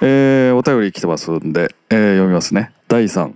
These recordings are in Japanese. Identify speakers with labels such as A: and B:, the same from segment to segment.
A: えーお便り来てますんで、えー読みますね第3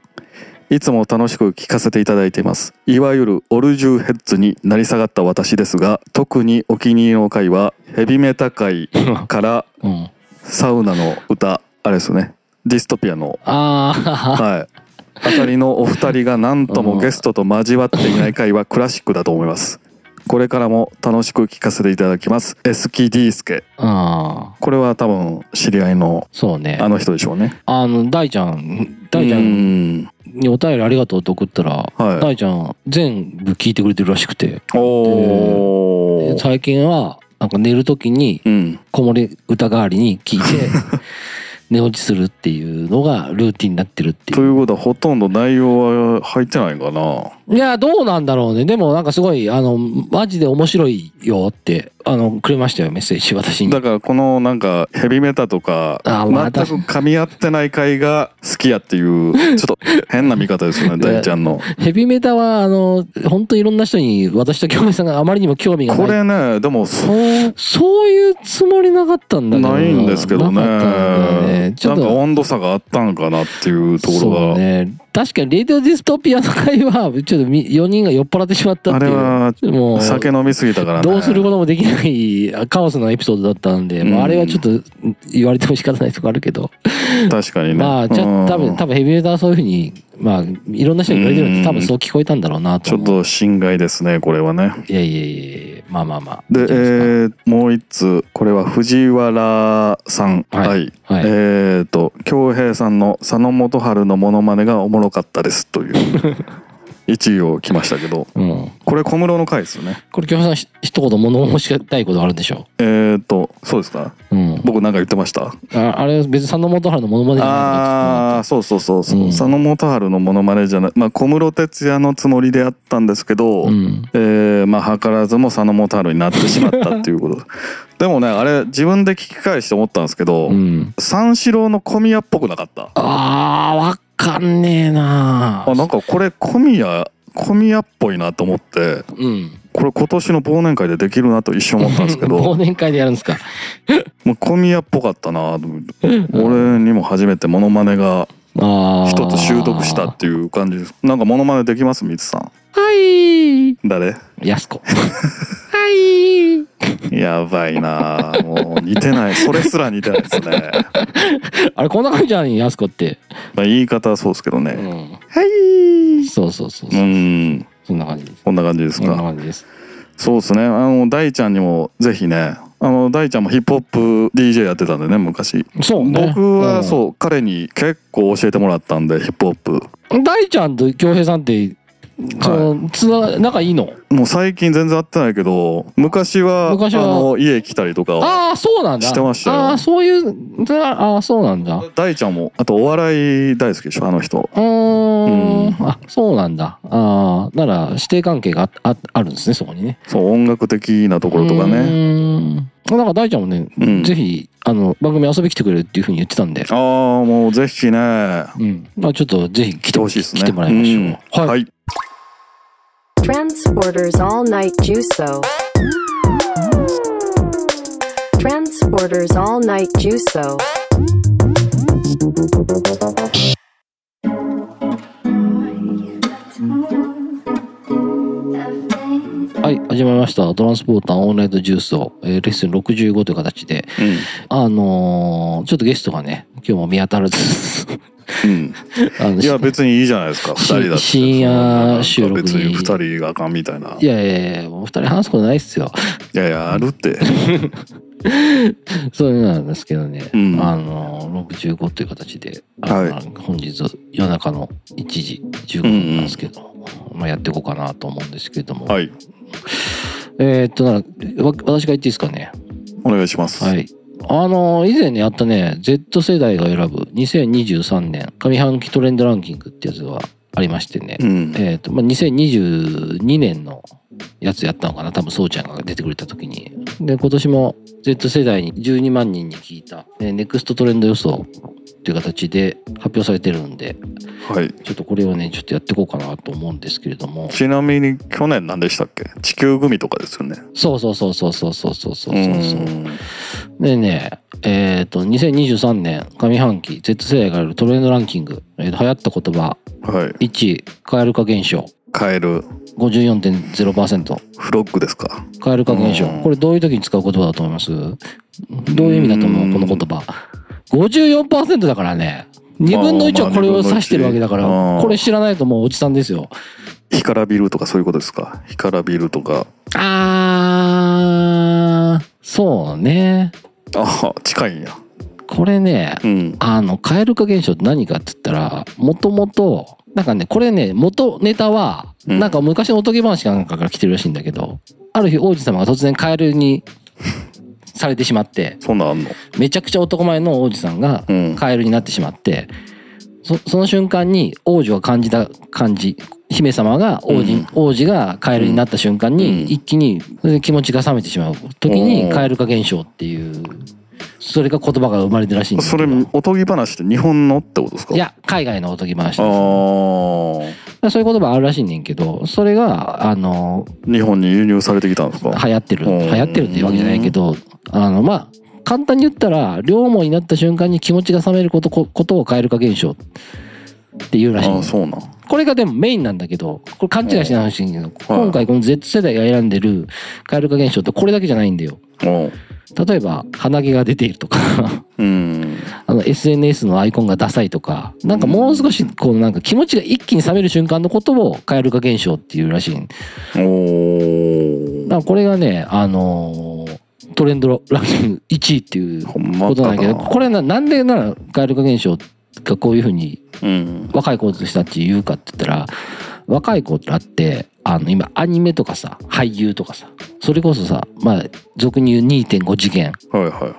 A: いつも楽しく聞かせていただいていますいわゆるオルジュヘッズになり下がった私ですが特にお気に入りの回はヘビメタ界から
B: うん。
A: サウナの歌あれですよねディストピアの
B: あ
A: はいあたりのお二人が何ともゲストと交わっていない回はクラシックだと思いますこれからも楽しく聞かせていただきますエスキディースケ
B: あ。うん。
A: これは多分知り合いの
B: そうね。
A: あの人でしょうね
B: あの、大ちゃん、大ちゃ
A: うんん
B: にお便りありがとうと送ったら、
A: は
B: 大ちゃん全部聞いてくれてるらしくて、
A: いおー
B: 最近は、なんか寝るときに、
A: うん
B: 子守歌代わりに聞いて、 寝落ちするっていうのがルーティンになってるってい
A: と
B: う。
A: いうことはほとんど内容は入ってないかない
B: や、どうなんだろうね。でもなんかすごい、あの、マジで面白いよって、あの、くれましたよ、メッセージ、私に。
A: だからこのなんかヘビメタとか
B: あ
A: 全
B: また
A: く噛み合ってない回が好きやっていうちょっ と変な見方ですよね大ちゃんの
B: ヘビメタは、あの、本当いろんな人に、私と京平さんがあまりにも興味が
A: こ
B: ない。
A: れねでもそう
B: そういうつもりなかったんだけど
A: ないんですけどね
B: なかったんだよね。ちょ
A: な
B: っ
A: んか
B: と。
A: 温度差があったんかなっていうところ
B: そう
A: が、
B: ね。確かに、レイディオディストピアの会は、ちょっと4人が酔っ払ってしまった
A: あ
B: って
A: れ
B: いう。
A: は
B: もう、
A: 酒飲みすぎたからね
B: どうすることもできないカオスなエピソードだったんで、ま
A: うん
B: あ、あれはちょっと言われても仕方ないとこあるけど、
A: 確かにね
B: まあ、じゃ
A: う
B: あ
A: ん
B: 多分、多分ヘビメーターはそういうふうに、まあ、いろんな人に言われてるん
A: うん
B: で、多分そう聞こえたんだろうな
A: ち
B: と
A: ょっ
B: 思う。
A: と心外ですねこれはね
B: いやいやいやいや、まあまあまあ。
A: で
B: いいんじゃないす
A: えーもう一通これは藤原さん
B: はい
A: はい
B: かはい。
A: えー、と恭平さんの佐野元春のモノマネがおもろかったですという 一位を来ましたけど
B: うん。
A: これ小室の回ですよね
B: これ、京平さんひ、一言物申したいことあるんでしょ
A: えー、とそうですか
B: う。うん。
A: 僕なんか言ってました
B: ああれ、別に佐野元春のモノマネじゃない
A: ああーそうそうそうそう、
B: うん
A: 佐野元春のモノマネじゃない、まあ、小室哲哉のつもりであったんですけど、
B: うん。
A: えーまあ、図らずも佐野元春になってしまったっていうこと でもねあれ自分で聞き返して思ったんですけど、
B: うん。
A: 三四郎の小宮っぽくなかった
B: ああ、わかんねえな
A: あなんかこれ小宮小宮っぽいなと思って
B: うん。
A: これ今年の忘年会でできるなと一瞬思ったんです けど
B: 忘年会でやるんですか。
A: もう小宮っぽかったなと思って俺にも初めてモノマネが
B: ああ。
A: 一つ習得したっていう感じですなんかモノマネできますみつさん
B: はい。
A: 誰
B: やすこ。 はい。
A: やばいなもう似てないそれすら似てないですね、
B: あれ、こんな感じじゃないやすこって。
A: まあ、言い方はそうですけど
B: う
A: ね
B: ん。
A: はい
B: そうそうそう
A: う
B: そう。
A: ん
B: そんな感じです。
A: こんな感じです
B: そんな
A: か
B: 感じです。
A: そうですねあの大ちゃんにもぜひねあの大ちゃんもヒップホップ DJ やってたんでね昔
B: そうね。
A: 僕は
B: う
A: そう、彼に結構教えてもらったんでヒップホップ
B: ん。大ちゃんと京平さんって、その、つなが、仲いいの
A: もう最近全然会ってないけど昔は
B: 昔は
A: あの家来たりとか
B: ああ、そうなんだ。
A: してましたよ
B: ああ、そういう、ああ、そうなんだ。う
A: 大ちゃんもあとお笑い大好きでしょあの人
B: ー
A: うん
B: ん。あ、そうなんだ。ああ、なら、指定関係があああるんですね、そこにね。
A: そう音楽的なところとか
B: う
A: ね
B: ーん。なんか大ちゃんもね、
A: うん
B: ぜひ、あの、番組遊び来てくれるっていうふうに言ってたんで。
A: ああもうぜひね
B: うん。まあちょっと、ぜひ来
A: 来
B: て
A: てほしいですね
B: 来てもらいましょう。
A: うんはい、
C: Transporters All Night Juso. Transporters All Night Juso.
B: はい、始まりました。トランスポーターオンライトジュースを、えーレッスン65という形で、あのーちょっとゲストがね、今日も見当たらず、
A: うん
B: あの
A: うん、いや別にいいじゃないですか二
B: し
A: 人だって
B: 深夜収録に
A: 別に二人があかんみたいない
B: やいやいや、お二人話すことないっすよ。
A: いやいやあるって
B: そういうのなんですけどね、
A: うん
B: あの65という形で、あの
A: は
B: 本日夜中の1時15分なんですけども、まあ、やっていこうかなと思うんですけども、
A: はい
B: えーっとならわ私が言っていいですかね
A: お願いします、
B: はいあの以前ねやったね Z 世代が選ぶ2023年上半期トレンドランキングってやつがありましてね、
A: うん
B: えーっとまあ、2022年のやつやったのかな多分そうちゃんが出てくれた時にで今年も Z 世代に12万人に聞いた、ね、ネクストトレンド予想っていう形で発表されてるんで
A: はい
B: ちょっとこれをねちょっとやっていこうかなと思うんですけれども
A: ちなみに去年何でしたっけ地球グミとかですよね。
B: そうそうそうそうそうそうそうそうそう
A: うん
B: でねえっ、と、2023年上半期 Z 世代がやるトレンドランキング、えー流行った言葉、
A: はい。
B: 1、蛙化現象、
A: カエル、
B: 54.0%。
A: フロッグですか。
B: 蛙化現象
A: うん。
B: これどういう時に使う言葉だと思いますどういう意味だと思
A: うん
B: うこの言葉。54%だからね。2分の1はこれを指してるわけだか
A: ま
B: ら、
A: あまあ二分の一
B: これ知らないともうおじさんですよ。
A: 干からびるとかそういうことですか。干からびるとか。
B: あー、そうね。
A: ああ、近いんや。
B: これね、
A: うん。
B: あの、蛙化現象って何かって言ったら、もともと、なんかね、これね、元ネタは、
A: うん
B: なんか昔のおとぎ話かなんかから来てるらしいんだけど、ある日王子様が突然カエルにされてしまって、
A: そんなんあんの
B: めちゃくちゃ男前の王子さんが
A: うん。
B: カエルになってしまって、そその瞬間に王女が感じた感じ、姫様が王子,、
A: うん
B: 王子がカエルになった瞬間に、
A: うん
B: 一気にそれで気持ちが冷めてしまう
A: お
B: 時に
A: ー
B: カエル化現象っていう、それが言葉が生まれてるらしいんです
A: それ、おとぎ話って日本のってことですか
B: いや、海外のおとぎ話
A: ああ
B: で
A: ー。
B: す。そういう言葉あるらしいねんけど、それが、あの、
A: 日本に輸入されてきたんですか
B: 流行ってる。
A: うん
B: 流行ってるっていうわけじゃないけど、あの、まあ、簡単に言ったら、両思いになった瞬間に気持ちが冷めること、こことを蛙化現象っていうらしい
A: あ
B: ね
A: あ、
B: ん。
A: そうなん。
B: これがでもメインなんだけど、これ勘違いしないほしいんだ
A: う
B: けど、
A: んはい
B: 今回この Z 世代が選んでる蛙化現象ってこれだけじゃないんだよ。
A: うん
B: 例えば、鼻毛が出ているとか、
A: うん。
B: あの SNS のアイコンがダサいとか、なんかもう少しこうなんか気持ちが一気に冷める瞬間のことを蛙化現象っていうらしい。だか
A: おー。
B: らこれがね、あのートレンドランキング1位っていう
A: ほんま
B: ことなんだけど、
A: か
B: これななんでなら蛙化現象がこういうふうに
A: うん。
B: 若い子たちたち言うかって言ったら、若い子ってあって、あの今アニメとかさ、俳優とかさ、それこそさ、まあ俗に言う2.5次元。
A: はいは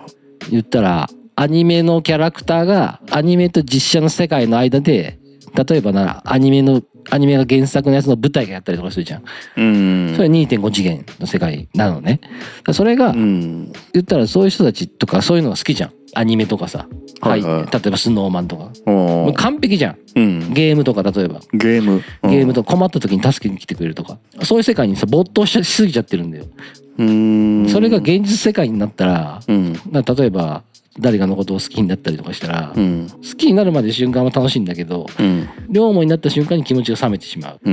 A: い。
B: 言ったらアニメのキャラクターがアニメと実写の世界の間で例えばなアニメのアニメが原作のやつの舞台がやったりとかするじゃん
A: うん。
B: それは2.5次元の世界なのねだからそれが
A: うん。
B: 言ったらそういう人たちとかそういうのが好きじゃんアニメとかさ、
A: は
B: はいい
A: はい
B: 例えばスノーマンとかも
A: お
B: う
A: ー
B: 完璧じゃん
A: うん。
B: ゲームとか例えば
A: ゲーム。うん
B: ゲームとか困った時に助けに来てくれるとかそういう世界にさ没頭しすぎちゃってるんだよ
A: うん。
B: それが現実世界になったら
A: うん。
B: な例えば誰かのことを好きになったりとかしたら
A: うん。
B: 好きになるまで瞬間は楽しいんだけど
A: うん。
B: 両思いになった瞬間に気持ちが冷めてしまう。
A: う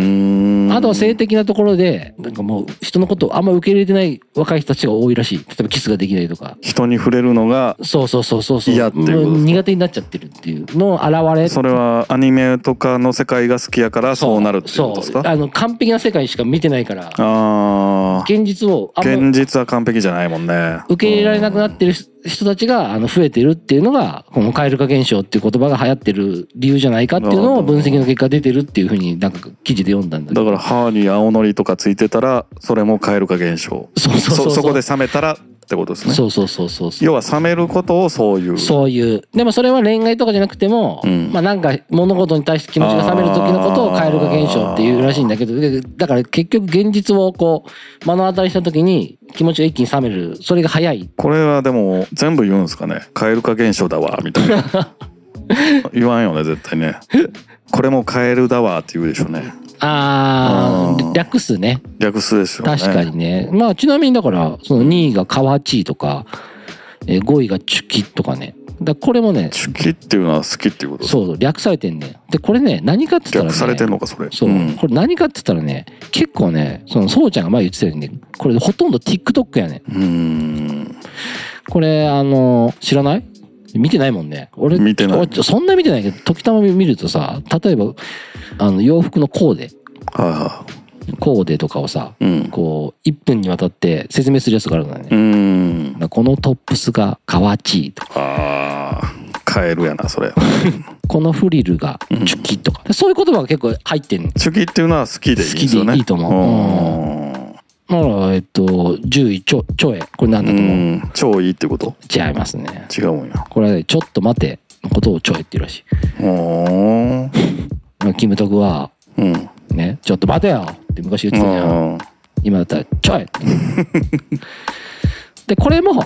A: ん。
B: あとは性的なところでなんかもう人のことをあんま受け入れてない若い人たちが多いらしい例えばキスができないとか
A: 人に触れるのが、
B: そうそうそうそうそう
A: 嫌っていうことですか
B: も苦手になっちゃってるっていうのを現れ
A: それはアニメとかの世界が好きやからそうなるっていうことです
B: そう
A: か
B: あの完璧な世界しか見てないから
A: ああ。
B: 現実をあんま
A: 現実は完璧じゃないもんね。
B: 受け入れられなくなってる人たちがあの増えてるっていうのがこの蛙化現象っていう言葉が流行ってる理由じゃないかっていうのを分析の結果出てるっていうふうになんか記事で読んだんだけ
A: だ
B: ど
A: から歯に青のりとかついてたらそれも蛙化現象
B: そうそうそう
A: そそこで冷めたらってことですね
B: そうそうそうそうそう。
A: 要は冷めることをそういう
B: そういう。でもそれは恋愛とかじゃなくても、
A: うん
B: まあなんか物事に対して気持ちが冷める時のことを蛙化現象っていうらしいんだけど、でだから結局現実をこう、目の当たりした時に気持ちが一気に冷める。それが早い。
A: これはでも全部言うんですかね蛙化現象だわみたいな 言わんよね絶対ねこれも蛙だわって言うでしょうね
B: あ
A: あー
B: ー、略すね。
A: 略すですよね
B: 確かにね。まあちなみにだから、その2位が河内とか、えー5位がチュキとかね。だからこれもね、
A: チュキっていうのは好きっていうこと
B: そう、略されてんね。で、これね、何かって言ったら、ね、
A: 略されてんのかそれ
B: そう、
A: ん
B: これ何かって言ったらね、結構ね、その、そうちゃんが前言ってたようにね、これほとんど TikTok やね。
A: うーん
B: これ、あの、知らない見てないもんね。俺、
A: 見てない
B: 俺そんな見てないけど、時たま見るとさ、例えば、あの、洋服のコーデ、
A: はいは
B: コーデとかをさ、
A: いうん
B: こう、1分にわたって説明するやつがあるんだよね。
A: うーん
B: だからこのトップスが河内とか、
A: あー蛙やなそれ
B: このフリルがチュキとか、そういう言葉が結構入ってんの。
A: チュキっていうのは好きでいいですよね。
B: 好きでいいと思うだから、えっと、10位、ちょ、ちょえ。これ何
A: う
B: だ
A: ん。
B: と思
A: う
B: う
A: ん超いいってこと
B: 違いますね。
A: 違うんや。
B: これはねちょっと待てのことをちょいって言うらし
A: うーん。
B: い。キムタクは、
A: うん。
B: ね、ちょっと待てよって昔言ってたじゃん。
A: うん
B: 今だったら、ちょい で、これも、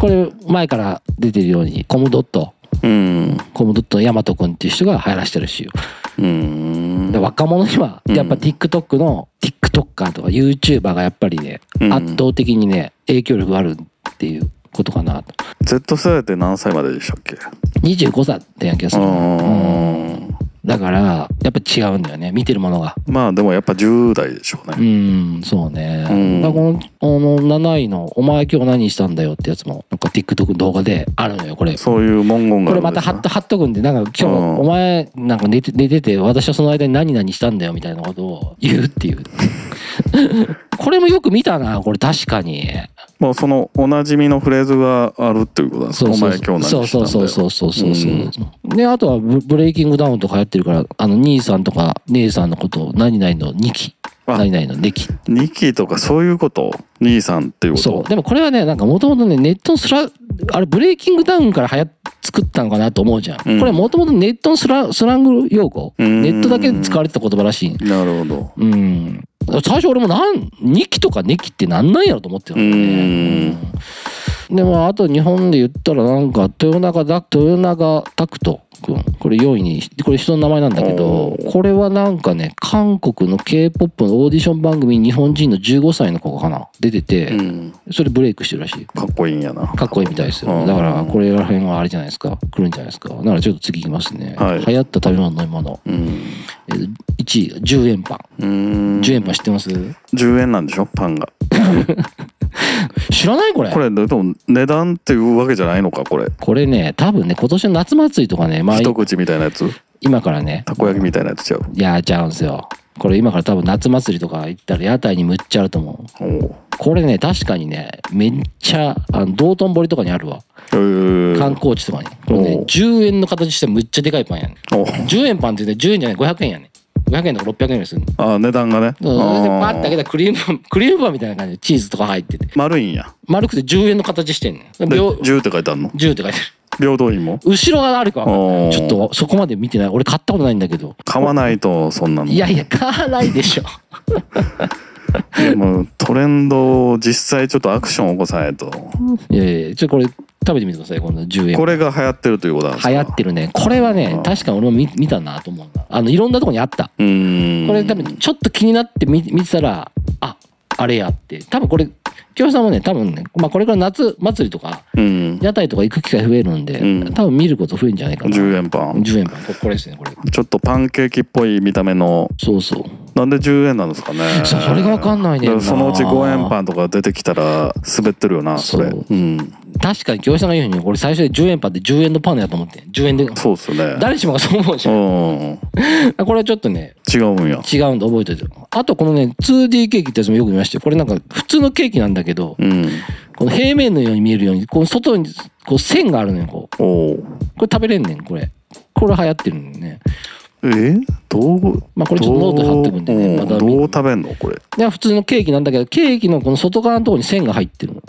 B: これ前から出てるように、コムドット、
A: うん。
B: コムドットのヤマト君っていう人が流行らしてるしよ。
A: うん。
B: で若者には、
A: うん
B: やっぱ TikTok の TikToker とか YouTuber がやっぱりね、
A: うん
B: 圧倒的にね、影響力があるっていう。ことかなと。
A: Z 世代って何歳まででしたっけ
B: 25歳ってやん気がす
A: う
B: るな。うん
A: ーん
B: だから、やっぱ違うんだよね。見てるものが。
A: まあでもやっぱ10代でしょう
B: う
A: ね、
B: ん、そうね。
A: うん
B: だからこの、この7位の、お前今日何したんだよってやつも、なんか TikTok の動画であるのよ、これ。
A: そういう文言が
B: こ
A: あ
B: れ
A: るん
B: ま
A: で
B: た
A: す
B: 貼っ
A: ね
B: と貼っとくんで、なんか今日、
A: うん
B: お前、なんか寝て寝てて、私はその間に何々したんだよみたいなことを 言うっていう。これもよく見たな、これ確かに。
A: もうそのおなじみのフレーズがあるっていうことなんです
B: そ
A: ね
B: う
A: お
B: そう
A: 前今日何
B: そう
A: した
B: そ
A: ん
B: う
A: だ
B: そう
A: よ
B: そうそうそうそう。で、あとはブブレイキングダウンとかやってるから、あの、兄さんとか姉さんのことを何々の2期、
A: あ
B: 何々のネ期
A: ニキとかそういうこと兄さんっていうこと
B: そう。でもこれはね、なんかもともとね、ネットのスラ、あれブレイキングダウンから流行作ったのかなと思うじゃん。
A: うん
B: これもともとネットのスラスラング用語。
A: うーん
B: ネットだけで使われてた言葉らしい。
A: なるほど
B: うん。最初俺もなん、2期とかネ期ってなんなんやろと思ってるんだよね。うんでもあと日本で言ったらなんか豊永だ豊永拓人君これ4位にこれ人の名前なんだけど
A: おー
B: これはなんかね韓国の k p o p のオーディション番組に日本人の15歳の子かな出てて、
A: うん
B: それブレイクしてるらしい。
A: かっこいいんやな
B: かっこいいみたいですよ、
A: うん
B: だから、これら辺はあれじゃないですか。来るんじゃないですか。だからちょっと次いきますね。
A: はい
B: 流行った食べ物、飲み物。
A: うん
B: えー1位、10円パン。
A: うーん
B: 10円パン知ってます、
A: 10円なんでしょパンが
B: 知らないこれ
A: これでも値段っていうわけじゃないのかこれ
B: これね、多分ね、今年の夏祭りとかね、まあ、
A: 一口みたいなやつ
B: 今からね、
A: たこ焼きみたいなやつちゃう
B: いやーちゃうんすよ。これ今から多分夏祭りとか行ったら屋台にむっちゃあると思う。
A: おう
B: これね、確かにね、めっちゃ、あの、道頓堀とかにあるわ。
A: えー
B: 観光地とかに。これね
A: おう、
B: 10円の形してむっちゃでかいパンやね
A: おう
B: 10円パンってね、10円じゃない、500円やね500円とか600円ぐらいするの。
A: あ値段がね
B: そうそれで
A: あー
B: パッて開けたらクリーム、クリームパンみた いな感じでチーズとか入ってて。
A: 丸いんや
B: 丸くて10円の形してんねん。
A: で
B: 秒、
A: 10って書いてあるの
B: 10って書いてある。
A: 平等院も
B: 後ろがあるかわかんな
A: お
B: い
A: ー
B: ちょっとそこまで見てない。俺買ったことないんだけど。
A: 買わないとそんなの
B: いやいや、買わないでしょ。
A: でもトレンドを実際ちょっとアクション起こさないと
B: いやいや、ちょ、これ食べてみてください、この10円。
A: これが流行ってるということなんですか
B: 流行ってるね。これはね、確か俺も見見たなと思うな。あの、いろんなとこにあった。
A: うーん
B: これ多分、ちょっと気になって見見てたら、あ、あれやって。多分これ、京平さんもね、多分ね、まあこれから夏祭りとか、
A: うん
B: 屋台とか行く機会増えるんで、
A: うん
B: 多分見ること増えるんじゃないかな。
A: 10円パン
B: 10円パン。ここれですね、これ。
A: ちょっとパンケーキっぽい見た目の
B: そうそう。
A: なんで10円なんですかね
B: そうそれがわかんないねんな
A: だからそのうち5円パンとか出てきたら滑ってるよなそれ
B: そう
A: うん
B: 確かに京平さんが言うように、俺最初に10円パンって10円のパンやと思って。10円で。
A: そうっすよね
B: 誰しもがそう思うじ
A: う
B: ゃん。
A: ん
B: これはちょっとね、
A: 違うんや
B: 違うんで覚えておいて。あとこのね、2D ケーキってやつもよく見ましたよ。これなんか普通のケーキなんだけど、
A: うん
B: この平面のように見えるように、この外にこう線があるのよ、こう。
A: おお
B: これ食べれんねん、これ。これ流行ってるんね。
A: えどう
B: まあこれちょっとノート貼ってくんで
A: ど
B: ね。ま
A: う
B: た
A: ど
B: 見
A: う食べんのこれ
B: いや、普通のケーキなんだけど、ケーキのこの外側のところに線が入ってるの。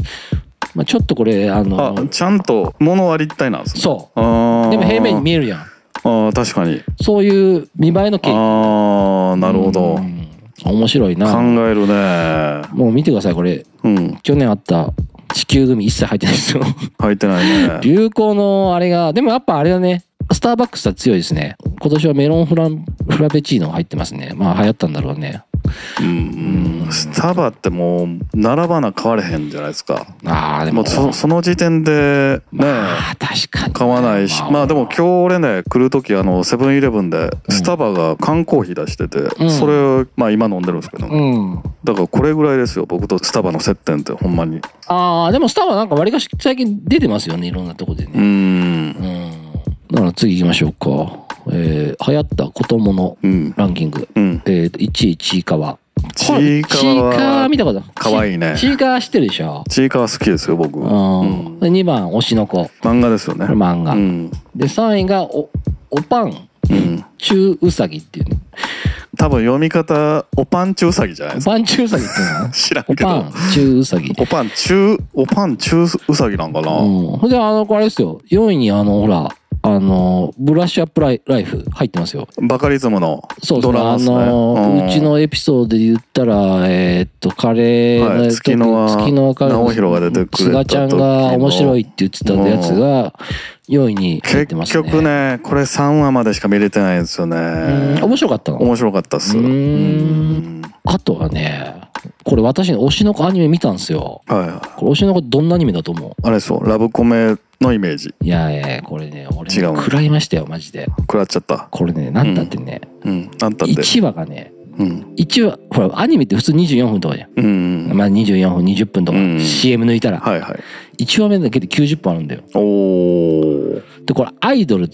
B: まあちょっとこれ、あの、
A: あちゃんと物は立体なんですね
B: そ
A: あ
B: う。
A: ー
B: でも平面に見えるやん。
A: ああ確かに
B: そういう見栄えのケーキ。
A: ああなるほど
B: うん面白い
A: 考
B: な。
A: えるね
B: もう見てください、これ。
A: うん
B: 去年あった地球グミ一切入ってな いですよ。
A: 入ってないね
B: 流行のあれが、でもやっぱあれだね。スターバックスは強いですね。今年はメロンフランフラペチーノ入ってますね。まあ流行ったんだろうね。
A: うんスタバってもう並ばな買われへんじゃないですか
B: ああ、で
A: もう
B: も。
A: そその時点でね
B: ああ、確かに。
A: 買わないしまあでも今日俺ね来る時あのセブンイレブンでスタバが缶コーヒー出して
B: ん
A: てそれをまあ今飲んでるんですけど
B: うん。
A: だからこれぐらいですよ僕とスタバの接点ってほんまに
B: ああ、でもスターはなんか割りかし最近出てますよね。いろんなとこで
A: う
B: ね。
A: ん
B: うん。だから次行きましょうか。えー、流行った子供の
A: うん
B: ランキング。
A: うん
B: えーと、1位、ちいかわ。
A: ちいかわ
B: ちいかわ見たこと
A: かわいいね
B: ちちいかわ知ってるでしょ。
A: ちいかわ好きですよ僕
B: う
A: うん
B: ん。で2番、推しの子。
A: 漫画ですよね
B: これ漫画。
A: うん
B: で、3位が、お、おパン、
A: うん
B: 中うさぎっていうね。
A: 多分読み方おパンチウサギじゃない
B: お
A: ですか
B: パン中うさぎっていう の
A: 知らん
B: お
A: け
B: パ
A: ど
B: ン、中うさぎ。
A: おパン中おパン中ウサギなんかな、
B: うん。ほんで、あの、これあれですよ。4位に、あの、ほら、あの、ブラッシュアップライライフ入ってますよ。
A: バカリズムの
B: そうです
A: ド
B: ね。
A: ラマ
B: あ
A: ですね
B: の、
A: ん
B: うちのエピソードで言ったら、えーっと、カレー
A: は
B: の、
A: い月の輪
B: 月の
A: 直弘が出てくれた時の
B: 菅ちゃんが面白いって言ってたやつが、4位に入ってま
A: 結
B: すね。
A: 局ねこれ3話までしか見れてないんですよ
B: うん。
A: ね
B: 面白かったの
A: 面白かったっす
B: うーん
A: うん
B: あとはね、これ私ね、推しの子アニメ見たんですよ。
A: はいはい
B: これ推しの子どんなアニメだと思
A: あれそうラブコメのイメージ
B: ういやいやいやこれね、俺、ね、
A: 違うの
B: 食らいましたよ、マジで。
A: 食らっちゃった
B: これね、なんだってね、
A: うんあんたって
B: 1話がね、
A: うん
B: 1話、ほら、アニメって普通24分とかじゃん。
A: うんうん
B: まあ24分、20分とか、
A: うん
B: CM 抜いたら、
A: はいはい
B: 1話目だけで90分あるんだよ。
A: おお
B: で、これアイドル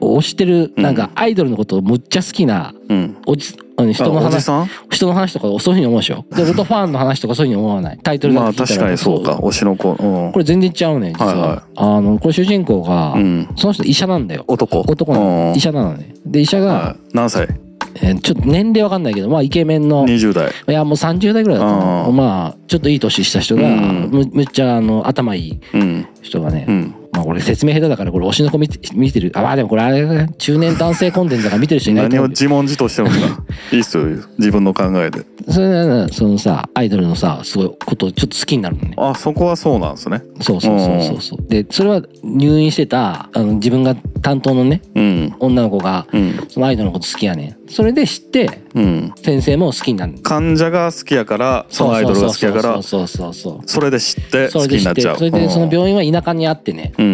B: を推してる、
A: うん
B: なんかアイドルのことをむっちゃ好きな、
A: うん
B: おじ、あの人の
A: あおじ
B: 話、
A: さん
B: 人の話とかをそういうふうに思うでしょ。 で、俺とファンの話とかそういうふうに思わない。タイトル
A: ま
B: だ
A: あ
B: け聞い
A: 確
B: たら
A: かにそうか。推しの子うん
B: これ全然ちゃうね、実は。
A: はいはい
B: あの、これ主人公が、
A: うん
B: その人医者なんだよ。
A: 男
B: 男なの
A: うん
B: 医者なのね。で、医者が、
A: はい何歳
B: えーちょっと年齢わかんないけど、まあイケメンの、い
A: 20代
B: やもう30代ぐらいだった
A: あー
B: の。まあ、ちょっといい年した人が、
A: うん
B: むむっちゃあの頭いい
A: うん
B: 人がね、
A: うん
B: まあ俺説明下手だからこれ推しの子見て見てる。あ、まあでもこれあれだね中年男性コンテンツだから見てる人いないと
A: 何
B: 思
A: を
B: うけど。
A: 自問自答してるん だいいっすよ自分の考えで
B: それならそのさ、アイドルのさ、すごいことをちょっと好きになるのね。
A: あそこはそうなんですね
B: そうそうそうそうそう。で、それは入院してた、あの自分が担当のね、
A: うん
B: 女の子が、
A: うん
B: そのアイドルのこと好きやねん。それで知って、
A: うん
B: 先生も好きになる。
A: 患者が好きやからそのアイドルが好きやから
B: そうそうそう
A: それで知っ
B: そう。
A: て
B: そ
A: 好
B: れ
A: き
B: で
A: に
B: 知
A: な
B: っ
A: っちゃう
B: て、それでその病院は田舎にあってね、
A: うん
B: う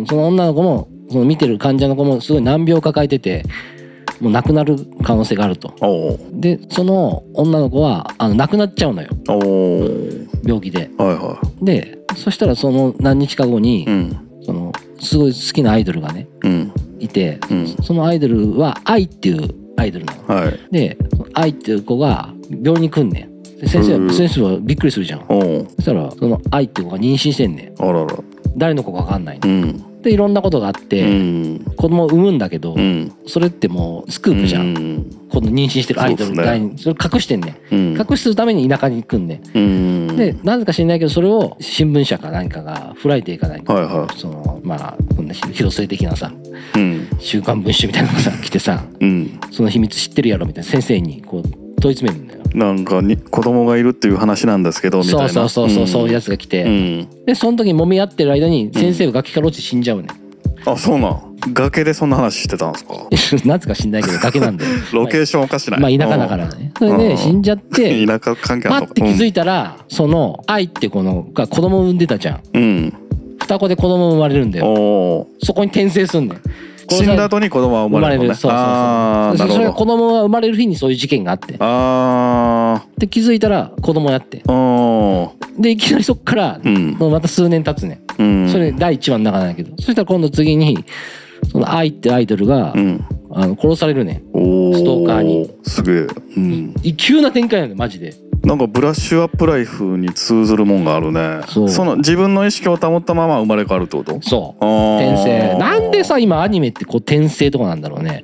B: んその女の子も、その見てる患者の子もすごい難病を抱えてて、もう亡くなる可能性があると。
A: おお
B: で、その女の子は、あの、亡くなっちゃうのよ。
A: おー
B: 病気で。
A: はいは
B: で、そしたらその何日か後に
A: い、うん
B: その、すごい好きなアイドルがね、
A: うん
B: いて、
A: うん
B: そのアイドルは愛っていうアイドルなの。
A: はい
B: で、愛っていう子が病院に来んねん。で先生
A: うん
B: は、先生はびっくりするじゃん。
A: おお
B: そしたら、その愛っていう子が妊娠してんねん。
A: あらら
B: 誰の子かわかんないの。
A: うん
B: で、いろんなことがあっ
A: う
B: て、
A: ん
B: 子供を産むんだけど
A: う、ん
B: それってもうスクープじゃん。
A: ん
B: この妊娠してるアイドル
A: そうっすね
B: 第二それ隠してんねん。
A: うん
B: 隠しするために田舎に行くんねん。
A: うん
B: で、なぜか知らないけど、それを新聞社か何かがフライデーか何か、
A: はいは
B: その、まあ、こんな広末的なさ、
A: いうん
B: 週刊文春みたいなのがさ、来てさ、
A: うん
B: その秘密知ってるやろみたいな先生にこう問い詰めるんだよ。
A: なんかに子供がいるっていう話なんですけどみたい
B: そ
A: な
B: うそうそうそう、そういうや
A: つ
B: つが来て、
A: うん
B: で、その時に揉み合ってる間に 先生が崖から落ちて死んじゃうね。
A: あそうなん崖でそんな話してたんですか
B: なぜか知んないけど崖なんだ よ。
A: ロケーションおかしない
B: まあ田舎だからね。それ
A: うん
B: で死んじゃっ て、
A: 田舎関係あ
B: パ
A: るの
B: ッて気づいたら、その愛ってこのが子供を産んでたじゃ
A: う
B: ん。
A: ん
B: 双子で子供生まれるんだ
A: お
B: よ。
A: お
B: そこに転生すんねん。
A: 死んだ後に子供は生
B: 生
A: ま
B: ま
A: れ
B: れ
A: るの
B: る。
A: ね
B: そうそうそう。
A: ああな
B: そ
A: る
B: それが
A: ほ
B: 子
A: ど
B: 供が生まれる日にそういう事件があって。
A: あ
B: で気づいたら子供やって。
A: あお
B: で、いきなりそっから、
A: うん
B: また数年経つねん。
A: うん
B: それ第1話の中なんだけど、そしたら今度次にその愛ってアイドルが、
A: うん
B: あの殺されるね
A: お
B: ストーカーに
A: すげえうん
B: ん急な展開なんだよマジで
A: なんかブラッシュアップライフに通ずるもんがあるね
B: そう
A: の自分の意識を保ったまま生まれ変わるってこと
B: そう
A: 転
B: 転生なんでさ今アニメってこう転生とかなんだろうね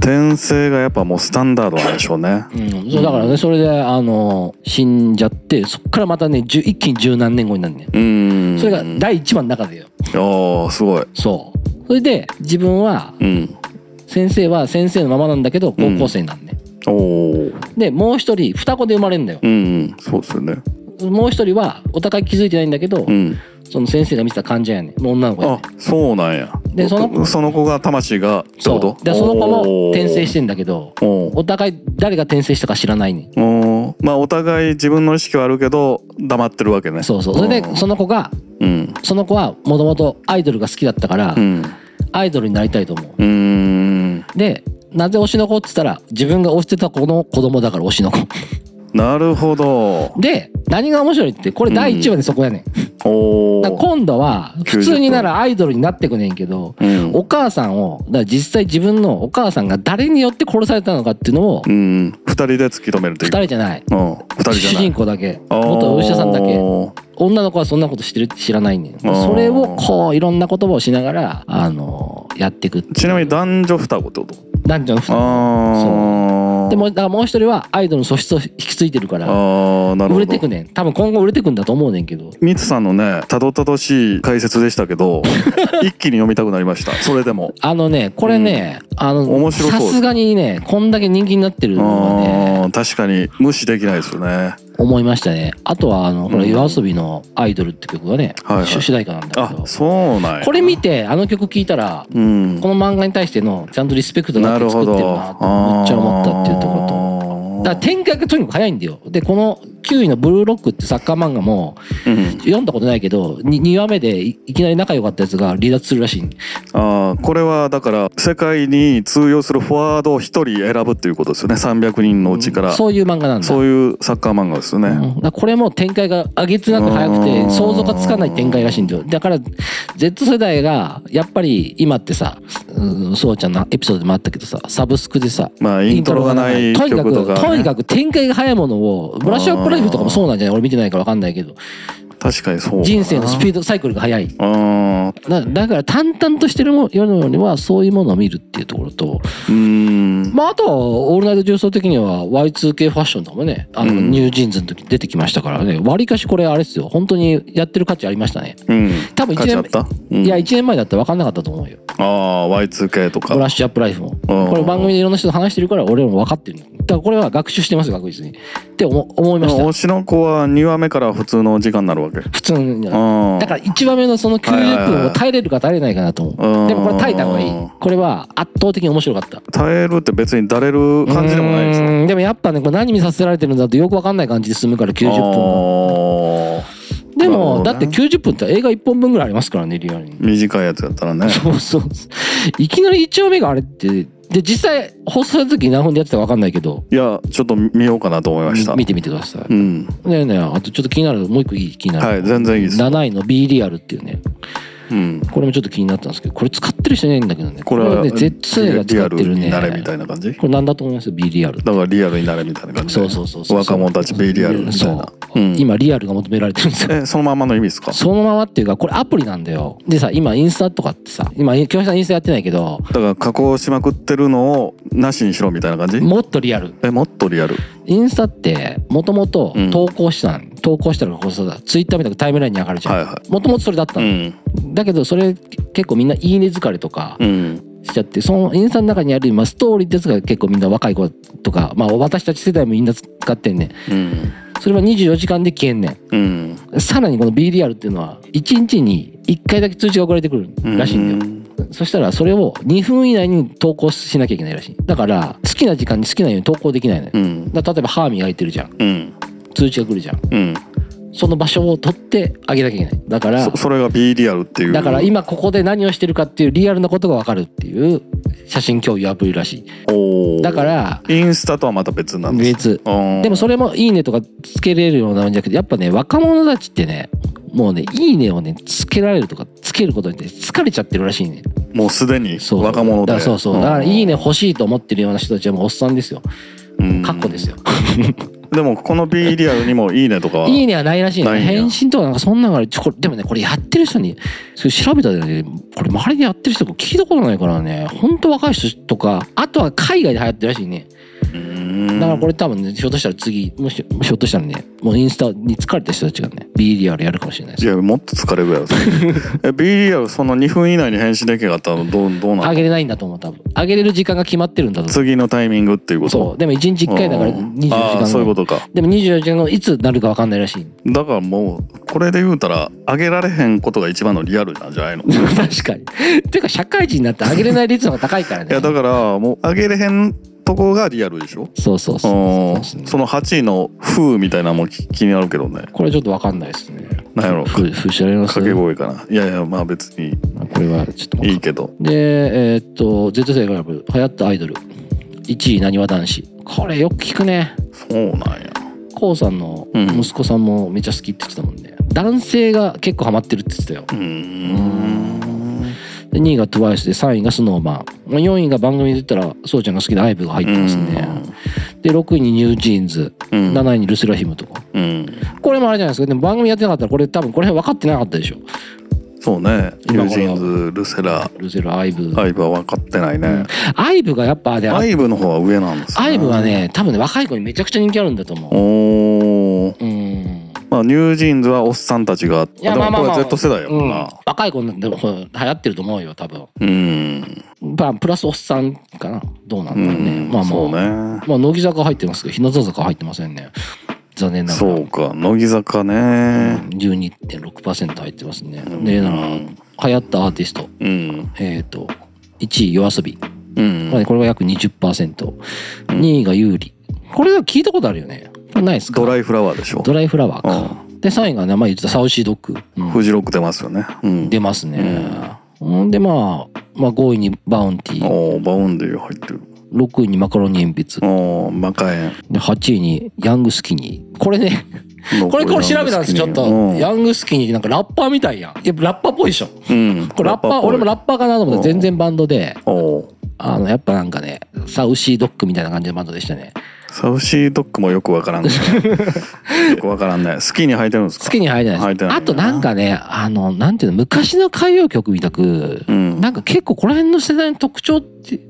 A: 転生がやっぱもうスタンダードなんでしょうね
B: うんそうだからねそれであの死んじゃってそっからまたね十一気に十何年後になるね
A: うん
B: それが第1話の中でよ
A: ああすごい
B: そうそれで自分は
A: うん
B: 先生は先生のままなんだけど高校生なんね、
A: おお
B: でもう一人双子で生まれるんだよ
A: うんそうですよね
B: もう一人はお互い気づいてないんだけど、
A: うん
B: その先生が見てた患者やねんもう女の子やねん
A: あそうなんや
B: でその
A: その子が魂がってこ
B: そう
A: と
B: でその子も
A: おー
B: 転生してんだけど
A: おー
B: お互い誰が転生したか知らないね
A: おーまあお互い自分の意識はあるけど黙ってるわけね
B: んそうそうそれ
A: う
B: で
A: ん
B: その子が
A: うん
B: その子はもともとアイドルが好きだったから
A: うん
B: アイドルになりたいと思
A: うーん
B: うでなぜ推しの子って言ったら自分が推してた子の子供だから推しの子
A: なるほど
B: で何が面白いってこれ第1話でそこやねん、
A: お
B: だから
A: お、
B: 今度は普通にならアイドルになってくねんけど
A: うん
B: お母さんをだから実際自分のお母さんが誰によって殺されたのかっていうのを
A: うん、二人で突き止めるとい
B: 2
A: うか
B: 人じゃない
A: うん二人じ
B: 主
A: ゃない
B: 人公だけ
A: あー
B: 元お医者さんだけ女の子はそんなことしてるって知らないねん
A: あー
B: それをこういろんな言葉をしながらあのやっていくっていう
A: ちなみに男女双子ってこと
B: 男女の二人
A: ああ
B: でもだからもう一人はアイドルの素質を引き継いでるから
A: ああなる
B: 売
A: ほ
B: れて
A: ど
B: くねん多分今後売れてくんだと思うねんけど
A: ミツさんのねたどたどしい解説でしたけ ど一気に読みたくなりましたそれでも
B: あのねこれね、あ
A: 面
B: の
A: 白そう
B: さすがにねこんだけ人気になってるのはね
A: あー確かに無視できないですよね
B: 思いましたねあとはあのほ
A: う
B: ら
A: ん
B: 夜遊びの「アイドル」って曲がね、
A: はいはい
B: 主主題歌なんだけ
A: あ
B: ど
A: そうなんや
B: これ見てあの曲聴いたら
A: うん
B: この漫画に対してのちゃんとリスペクトが
A: な
B: あって
A: る
B: 作
A: ほ
B: ってる
A: ど
B: なってめっちゃ思ったっていうところと。だから展開がとにかく早いんだよ。で、この9位のブルーロックってサッカー漫画も
A: うん
B: 読んだことないけど、に 2, 話目でいいきなり仲良かったやつが離脱するらしい。
A: あーこれはだから世界に通用するフォワードを1人選ぶっていうことですよね300人のうちから、
B: そういう漫画なんだ。
A: そういうサッカー漫画ですよね、
B: うんだからこれも展開が上げつなく早く
A: うん
B: て想像がつかない展開らしいんだよだから Z 世代がやっぱり今ってさうんそうちゃんのエピソードでもあったけどさサブスクでさ
A: まあイントロがない
B: とにか
A: 曲
B: く
A: とか、ね、
B: とにかく展開が早いものをブラッシュアップライフとかもそうなんじゃない俺見てないから分かんないけど
A: 確かにそう
B: 人生のスピ
A: ー
B: ードサイクルが早い
A: ドあー
B: だだから淡々としてるも世のよりはそういうものを見るっていうところと
A: うーん
B: まああとはオールナイト重曹的には Y2K ファッションとかもねあの
A: うん
B: ニュージーンズの時出てきましたからねわりかしこれあれですよ本当にやってる価値ありましたね
A: うん
B: 多分一
A: 勝っちゃ
B: 年
A: った、うん
B: いや1年前だったら分かんなかったと思うよ
A: ああ Y2K とか
B: ブラッシュアップライフも
A: うん
B: これ番組でいろんな人と話してるから俺らも分かってるだからこれは学習してますよ確実にって思思いました
A: 推しの子は2話目から普通の時間になるわけ
B: 普通にだか
A: あ
B: ら1番目のその90分を耐えれるか耐えれないかなと思う
A: ら
B: でもこれ耐えた方がいいこれは圧倒的に面白かった
A: 耐えるって別にだれる感じでもないです
B: う
A: よ
B: ーんでもやっぱねこれ何見させられてるんだってよく分かんない感じで進むから90分は
A: 分な
B: で
A: るほ
B: も、
A: どね
B: だって90分って映画1本分ぐらいありますからね、リアルに。
A: 短いやつやったらね
B: そうそう。いきなり1話目があれって、で、実際、放送の時何本でやってたか分かんないけど、
A: いやちょっと見ようかなと思いました
B: 見てみてくださ
A: う
B: い。
A: ん
B: ねえねえ、あとちょっと気になる、もう一個いい気になる。
A: はい全然いいです
B: 7位の B リアルっていうね、
A: うん
B: これもちょっと気になったんですけど、これ使ってる人いないんだけどね、
A: これは
B: ね、Z 世代が
A: リ
B: 使
A: ア
B: っ
A: ル
B: てるね。
A: になれみたいな感じ
B: これなんだと思います ?B リアル。
A: だからリアルになれみたいな感じ
B: そうそうそうそう。
A: 若者たち B リアルみたいな
B: そう。
A: うん
B: 今、リアルが求められてるんですよ。
A: えそのままの意味ですか
B: そのままっていうか、これアプリなんだよ。でさ、今インスタとかってさ、今、京平さんインスタやってないけど、
A: だから加工しまくってるのをなしにしろみたいな感じ
B: もっとリアル。
A: えもっとリアル
B: インスタって、もともと
A: うん
B: 投稿したん、投稿したのがこそだ。ツイッターみたいなタイムラインに上がるじゃん。
A: はいは
B: もともとそれだった
A: い
B: の、
A: ん
B: だけど、それ結構みんないいね疲れとか
A: うん
B: しちゃって、そのインスタの中にある、まあ、ストーリーですが結構みんな若い子とか、まあ、私たち世代もみんな使ってんねん。
A: うん
B: それは24時間で消えんねん。
A: うん
B: さらにこの B リアルっていうのは、1日に1回だけ通知が送られてくるらしいんだよ。そしたらそれを2分以内に投稿しなきゃいけないらしい。だから好きな時間に好きなように投稿できないのよ。
A: うん
B: だから例えば歯磨いてるじゃん。
A: うん
B: 通知が来るじゃん。
A: うん
B: その場所を取ってあげなきゃいけない。だから
A: そ、それが B リアルっていう
B: だから今ここで何をしてるかっていうリアルなことがわかるっていう写真共有アプリらしい。
A: おー
B: だから
A: インスタとはまた別なんです
B: 別。で
A: で
B: もそれもいいねとかつけれるようなんじゃなくて、やっぱね、若者たちってね、もうね、いいねをね、つけられるとか、つけることにね、疲れちゃってるらしいね。
A: もうすでに
B: そう。
A: 若者
B: だ
A: で
B: からそうそう。だから、いいね欲しいと思ってるような人たちはもうおっさんですよ。
A: うん
B: かっこですよ。
A: でもこの B リアルにも「いいね」とかはい
B: いねはないらしい
A: な
B: ね。
A: いんや
B: 返信とかなんかそんなのがあるちょこれでもね、これやってる人に、それ調べたらね、これ周りでやってる人聞いたことないからね、ほんと若い人とか、あとは海外で流行ってるらしいね。だからこ
A: れ
B: れ多分ね、ひょっとしたら次、もし、ひょっとしたらね、もうインスタに疲れた人たちがね、B リアルやるかもしれないで
A: い
B: す。
A: やもっと疲れるや ろそれえ B リアルその2分以内に返信できなかったらどうどうな
B: あ
A: の
B: げれないんだと思う、多分。あげれる時間が決まってるんだと思
A: 次のタイミングっていうこ
B: う。
A: と
B: そう。でも1日1回だから
A: うん
B: 24時
A: あ
B: 間
A: あそういう
B: 後。
A: ことか
B: でも24時間後いつなるか分かんないらし い。
A: だからもうこれで言うたらあげられへんことが一番のリアルなんじゃ ないのい
B: 確かに。ていうか社会人になってあげれない率の方が高いからね。
A: やだからもうあげれへんとこがリアルでしょ
B: そうそうそ
A: う
B: うそ
A: ん
B: うですね。
A: その8位の「風」みたいなのも気気になるけどね
B: これちょっとわかんないですね。
A: なんやろ
B: ふふ知られます
A: 掛け声かないやいやまあ別に
B: これはちょっとわかん
A: いいけど
B: で、えーっと、Z 世代が流行ったアイドル。1位、なにわ男子。これよく聞くね。
A: そうなんや
B: こうさんの
A: うん
B: 息子さんもめちゃ好きって言ってたもんね。男性が結構ハマってるって言ってたよ
A: う。ーん
B: で2位が TWICE で3位が SnowMan。4位が番組で言ったら、そうちゃんが好きな IVE が入ってますね。で、6位にニュージーンズ。
A: うん
B: 7位にルセラヒムとか。
A: うん
B: これもあれじゃないですか。でも番組やってなかったら、これ多分これ分かってなかったでしょ。
A: そうねニュ
B: 今
A: ージーンズルセラ
B: ルセラ、IVE。
A: アイブは分かってないね
B: アイブがやっぱね、
A: アイブの方は上なんですよ
B: アイブはね、多分ね、若い子にめちゃくちゃ人気あるんだと思
A: おー
B: う。うん。
A: まあニュージーンズはおっさんたちがあ
B: いやまあまあまあ
A: でもこれ Z 世代や
B: う
A: もん
B: ん
A: な、
B: 若い子にでも流行ってると思うよ、多分。
A: うん
B: まあ、プラスおっさんかな。どうなんだ
A: う
B: ろうね。
A: ん
B: まあまあ、
A: そうね
B: まあ、乃木坂入ってますけど、日向坂入ってませんね。残念ながら。
A: そうか乃木坂
B: うん。
A: ね
B: 12.6%入ってますね。
A: うん
B: で、な流行ったアーティスト。
A: うん
B: えっ、と、1位、夜遊び。
A: うん
B: これが約20%。2位が有利。これは聞いたことあるよね。これないですか
A: ドライフラワーでしょ
B: ドライフラワー
A: う
B: か。で、3位が名前言ってたサウシードッグ。うん
A: んフジロック出ますよねうん
B: 出ますね。うん、で、まあ、まあ、5位にバウンティー、
A: おーバウンディ入ってる
B: 6位にマカロニ鉛筆、
A: おーマカエン
B: で8位にヤングスキニー。これね、
A: の
B: これこれ調べたんですちょっと。
A: うん
B: ヤングスキニーなんかラッパーみたいやん。やっぱラッパーっぽいでしょ。
A: うん
B: これラッパー、俺もラ
A: ッ
B: ッパーかなと思って全然バンドで、
A: パーおー
B: あの、やっぱなんかね、サウシードッグみたいな感じのバンドでしたね。
A: サウシードッグもよくわ からんねよくわからんねスキーに履いてるんですか
B: 好きに入れないです
A: 入ってない
B: あとなんかね、あの、なんていうの、昔の歌謡曲みたく、
A: うん
B: なんか結構この辺の世代の特徴って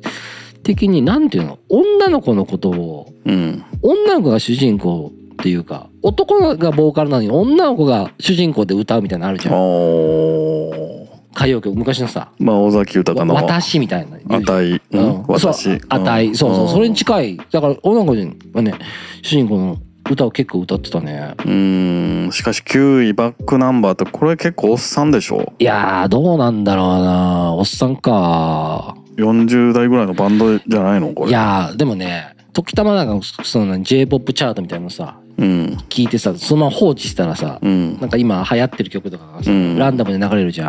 B: 的に、なんていうの、女の子のことを、
A: うん
B: 女の子が主人公っていうか、男がボーカルなのに女の子が主人公で歌うみたいなのあるじゃん。
A: おー
B: 歌謡曲、昔のさ、
A: まあ尾崎豊の
B: 私みたいな。
A: あたい、う
B: うんん、
A: 私
B: そうあたい、そうそう、それに近い。だから女の子がね、主人公の歌を結構歌ってたね。
A: うーんしかし9位バックナンバーってこれ結構おっさんでしょ
B: いやー、どうなんだろうなおっさんか
A: 40代ぐらいのバンドじゃないのこれ
B: いやー、でもね、時たまなんか、その J-POP チャートみたいなのさ、
A: うん
B: 聞いてさ、そのまま放置したらさ、
A: うん
B: なんか今流行ってる曲とかがさ、
A: うん
B: ランダムで流れるじゃん。い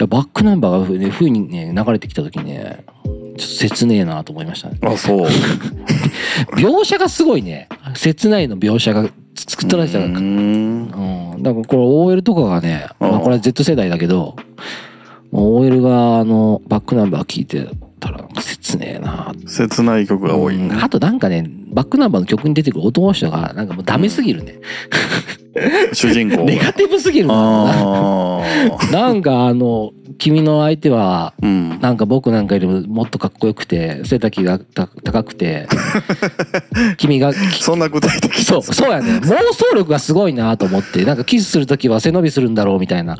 B: や、バックナンバーがふ,、ね、ふうにね、流れてきた時にね、ちょっと切ねえなと思いましたね。
A: あそう
B: 描写がすごいね。切ないの描写がつ作ってられてたから
A: うーん
B: うん。だからこれ OL とかがね、ま
A: う
B: あ
A: ん
B: これは Z 世代だけど、もう OL があの、バックナンバー聞いてたら、切ねえな
A: 切ない曲が多い
B: うん
A: ね
B: あとなんかね、バックナンバーの曲に出てくる男の人が、なんかもうダメすぎるね。
A: 主人公
B: ネガティブすぎるな。
A: ああ
B: なんかあの、君の相手は、
A: うん
B: なんか僕なんかよりももっとかっこよくて、背丈がた高くて、 君が、
A: そんな具体的
B: そう、そうやね。妄想力がすごいなと思って、なんかキスするときは背伸びするんだろうみたいな。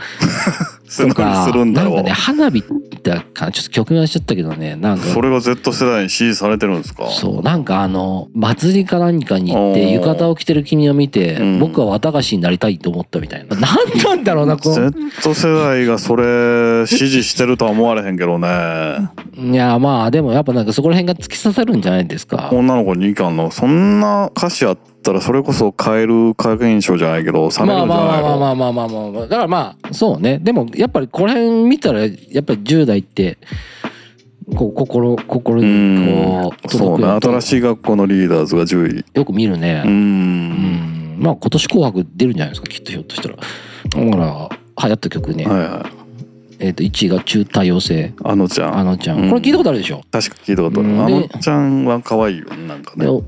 A: 背
B: と
A: 伸び
B: か、
A: するんだ
B: なん
A: ろ
B: か
A: う
B: ね、花火だか、ちょっと曲名しちゃったけどね、なんか、
A: それが Z 世代に支持されてるんですか
B: そう、なんかあの、祭りか何かに行って、
A: おー
B: 浴衣を着てる君を見て、
A: うん
B: 僕は綿菓子になりたいと思ったみたいな。なんなんだろうな、この。
A: Z 世代がそれ支持してるとは思われへんけどね
B: いや、まあ、でもやっぱなんかそこら辺が突き刺さるんじゃないですか。
A: 女の子にいかんのそんな歌詞あったらそれこそ変える化現象じゃないけど冷め
B: ま
A: る
B: あ
A: んじゃ
B: ま
A: な
B: あ
A: い
B: まあ
A: の
B: まあまあまあまあまあ。だからまあ、そうね。でも、やっぱりこの辺見たら、やっぱり10代って、こう、心、心
A: う
B: に
A: ん
B: こう、
A: そうね
B: ように
A: 新しい学校のリーダーズが10位
B: よく見るね。
A: う
B: うんまあ今年紅白出るんじゃないですか、きっとひょっとしたら。だから、流行った曲ね。
A: はいはい
B: えっ、と、1位が中多様性、
A: あのちゃ
B: あ
A: ん
B: のちゃん。
A: うん
B: これ聞いたことあるでしょ。
A: 確か聞いたことあ
B: う
A: る
B: ん
A: あのちゃんは可愛いよねなんか
B: で、
A: ね
B: 2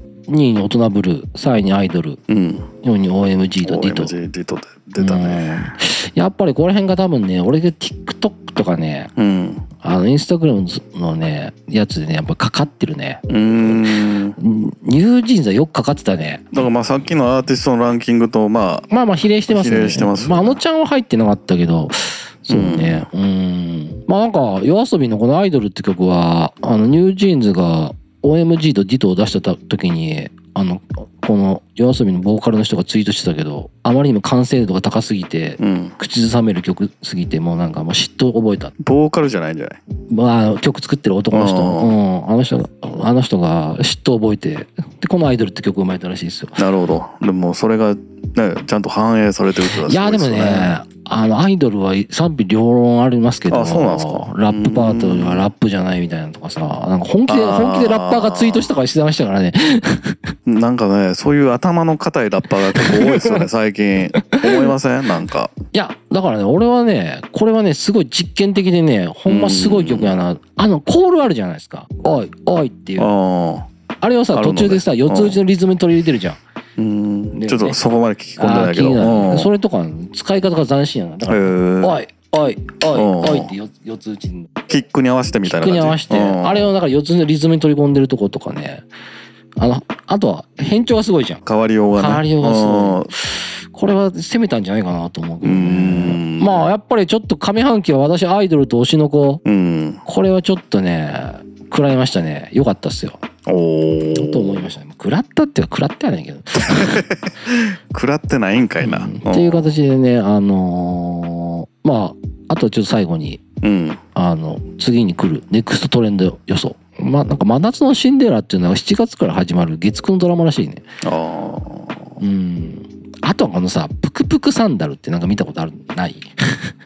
B: 位に大人ブルー、3位にアイドル、
A: うん
B: 4位に OMG と D と。
A: OMG ディトで出たね
B: やっぱりこの辺が多分ね、俺が TikTok とかね、
A: うん
B: あの、インスタグラムのね、やつでね、やっぱかかってるね。
A: うーん
B: ニュージーンズはよくかかってたね。
A: だからまあさっきのアーティストのランキングとまあ
B: まあまあ比例してますね。
A: 比例してます
B: まあ、あのちゃんは入ってなかったけど、そうね。うん。まあなんか、夜遊びのこのアイドルって曲は、あの、ニュージーンズが OMG とディトを出した時に、あの、この夜遊びのボーカルの人がツイートしてたけど、あまりにも完成度が高すぎて、
A: うん
B: 口ずさめる曲すぎて、もうなんかもう嫉妬を覚えた。
A: ボーカルじゃないんじゃない
B: まあ、曲作ってる男の人、
A: あー
B: うん、あの人が、あの人が嫉妬を覚えて、で、このアイドルって曲を生まれたらしいですよ。
A: なるほどでもそれがねちゃんと反映されてるってのはいすご
B: やでも
A: すよ
B: ね、あのアイドルは賛否両論ありますけど、
A: あそうなんですか
B: ラップパートがラップじゃないみたいなのとかさ、なんか本気で、
A: あー
B: 本気でラッパーがツイートしたからしてましたからね。
A: なんかね、そういう頭の硬いラッパーが結構多いです よね、最近。思いませんなんか。
B: いや、だからね、俺はね、これはね、すごい実験的でね、ほんますごい曲やな。あの、コールあるじゃないですか。おい、おいっていう。あ
A: ああ。
B: れをさ、
A: あるの
B: 途
A: ね
B: 中でさ、四つ打ちのリズムに取り入れてるじゃん。
A: うー
B: ね
A: ん。ちょっとそこまで聞き込んで
B: あ
A: な
B: ー
A: い
B: 気
A: けど。
B: になる
A: う
B: ね。
A: ん
B: それとか、使い方が斬新やな。だか
A: へ
B: ら、
A: ー
B: おい、おい、おい、
A: うん
B: おいって四四つ打ちに。
A: キックに合わせてみたいな
B: キッ
A: 感
B: ク
A: じ。
B: に合わせて、
A: うん
B: あれをだから四つのリズムに取り込んでるとことかね。あの、あとは変調がすごいじゃん。
A: 変わりようがね。
B: 変わりようがすご
A: い。
B: これは攻めたんじゃないかなと思うけど
A: う
B: ね。
A: ん
B: まあやっぱりちょっと上半期は私アイドルと推しの子、
A: うん。
B: これはちょっとね、食らいましたね。よかったっすよ。
A: お
B: と思いま
A: ー。
B: したね。食らったっていうか食らってはないけど。
A: 食らってないんかいな。
B: うんっていう
A: か。
B: 形でね、あのーまあ、あとちょっと最後に、
A: うん。
B: あの、次に来るネクストトレンド予想。ま、なんか真夏のシンデレラっていうのは7月から始まる月9のドラマらしいね。
A: あ
B: うん。あとあのさ、ぷくぷくサンダルってなんか見たことあるない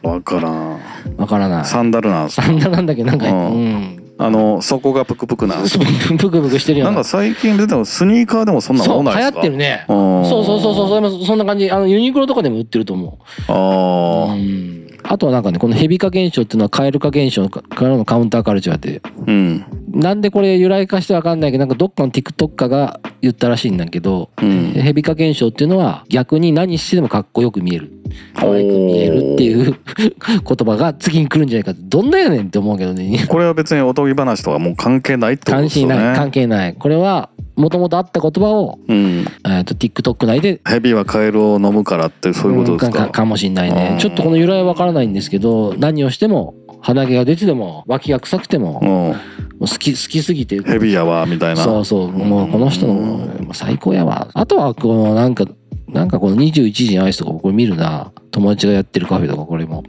A: あわからん
B: わからない。サ
A: サンダルなんです
B: ンダルなんだけどなんか、
A: うん
B: うん。
A: あの底がプクプクなん
B: そうぷくぷくしてるよ
A: なんか最近出てもスニーカーでもそんなも
B: そう、
A: ん
B: 流
A: ないです
B: 行っ
A: か
B: てるね。
A: うん
B: そうそうそうそうそれも、そんな感じ。あの、ユニクロとかでも売ってると思う。う
A: あ
B: ん。あとはなんかね、このヘビ化現象っていうのはカエル化現象からのカウンターカルチャーで、
A: あうん
B: なんでこれ由来化してわかんないけど、なんかどっかの TikTok 家が言ったらしいんだけど、
A: うん
B: ヘビ化現象っていうのは逆に何してでもかっこよく見える。可愛く見えるっていう言葉が次に来るんじゃないかってどんなやねんって思うけどね。
A: これは別におとぎ話とはもう関係ないってこと
B: 関
A: です
B: 心
A: よね
B: ない、関係ない。これは、もともとあった言葉を、
A: うん
B: えっと、TikTok 内で
A: ヘビはカエルを飲むからってそういうことです
B: ん
A: か
B: かかもしんないね
A: うん。
B: ちょっとこの由来はわからないんですけど、何をしても、鼻毛が出てても、脇が臭くても、
A: う
B: も
A: ん
B: う好き、好きすぎて、
A: ヘビやわみたいな
B: そうそう、もうこの人の、
A: う
B: もう最高やわ。あとは、このなんか、なんかこの21時にアイスとかこれ見るな。友達がやってるカフェとかこれも。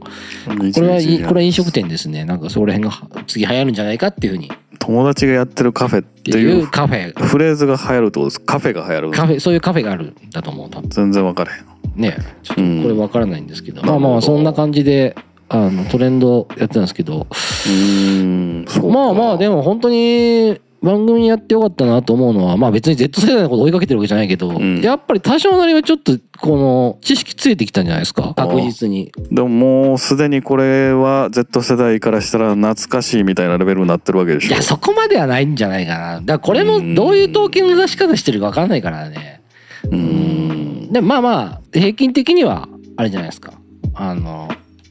B: これはい
A: 21
B: これは飲食店ですね。なんかそこら辺が次流行るんじゃないかっていうふうに。っ
A: 友達がやってるカフェって
B: てい
A: いうう
B: カフェ、
A: フレーズが流行るってことですカフェが流行る
B: カフェ、そういうカフェがあるんだと思う。多分
A: 全然分からへん
B: ね。ちょっとこれわからないんですけど。
A: うん
B: まあ
A: なる
B: ま
A: ほ
B: あ、
A: ど
B: そんな感じで、あの、トレンドやってたんですけど、
A: うんそう
B: まあまあで
A: も
B: も本当に番組やってよかったなと思うのはまあ別に Z 世代のこと追いかけてるわけじゃないけど、
A: ん
B: やっぱり多少なりはちょっとこの知識ついてきたんじゃないですか確実に
A: でももうすでにこれは Z 世代からしたら懐かしいみたいなレベルになってるわけで
B: い
A: しょ
B: やそこまではないんじゃないかなだからこれ
A: うん
B: もどういう統計の出し方してるか分からないからね
A: う
B: うんでまあまあ平均的にはあれじゃないですかあの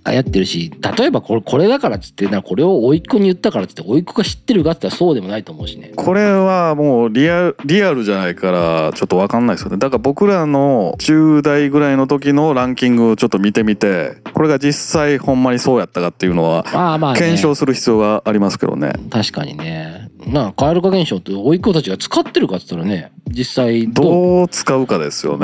B: 流行ってるし例えばこれこれだからっつってなんかこれを甥いっ子に言ったからっつって甥いっ子が知ってるかって言ったらそうでもないと思うしね
A: これはもうリアルリアルじゃないからちょっと分かんないですよねだから僕らの10代ぐらいの時のランキングをちょっと見てみてこれが実際ほんまにそうやったかっていうのは
B: まあまあ、ね、
A: 検証する必要がありますけどね
B: 確かにね。なあ、カエル化現象って、甥いっ子たちが使ってるかって言ったらね、実際どう
A: どう使うかですよ
B: うん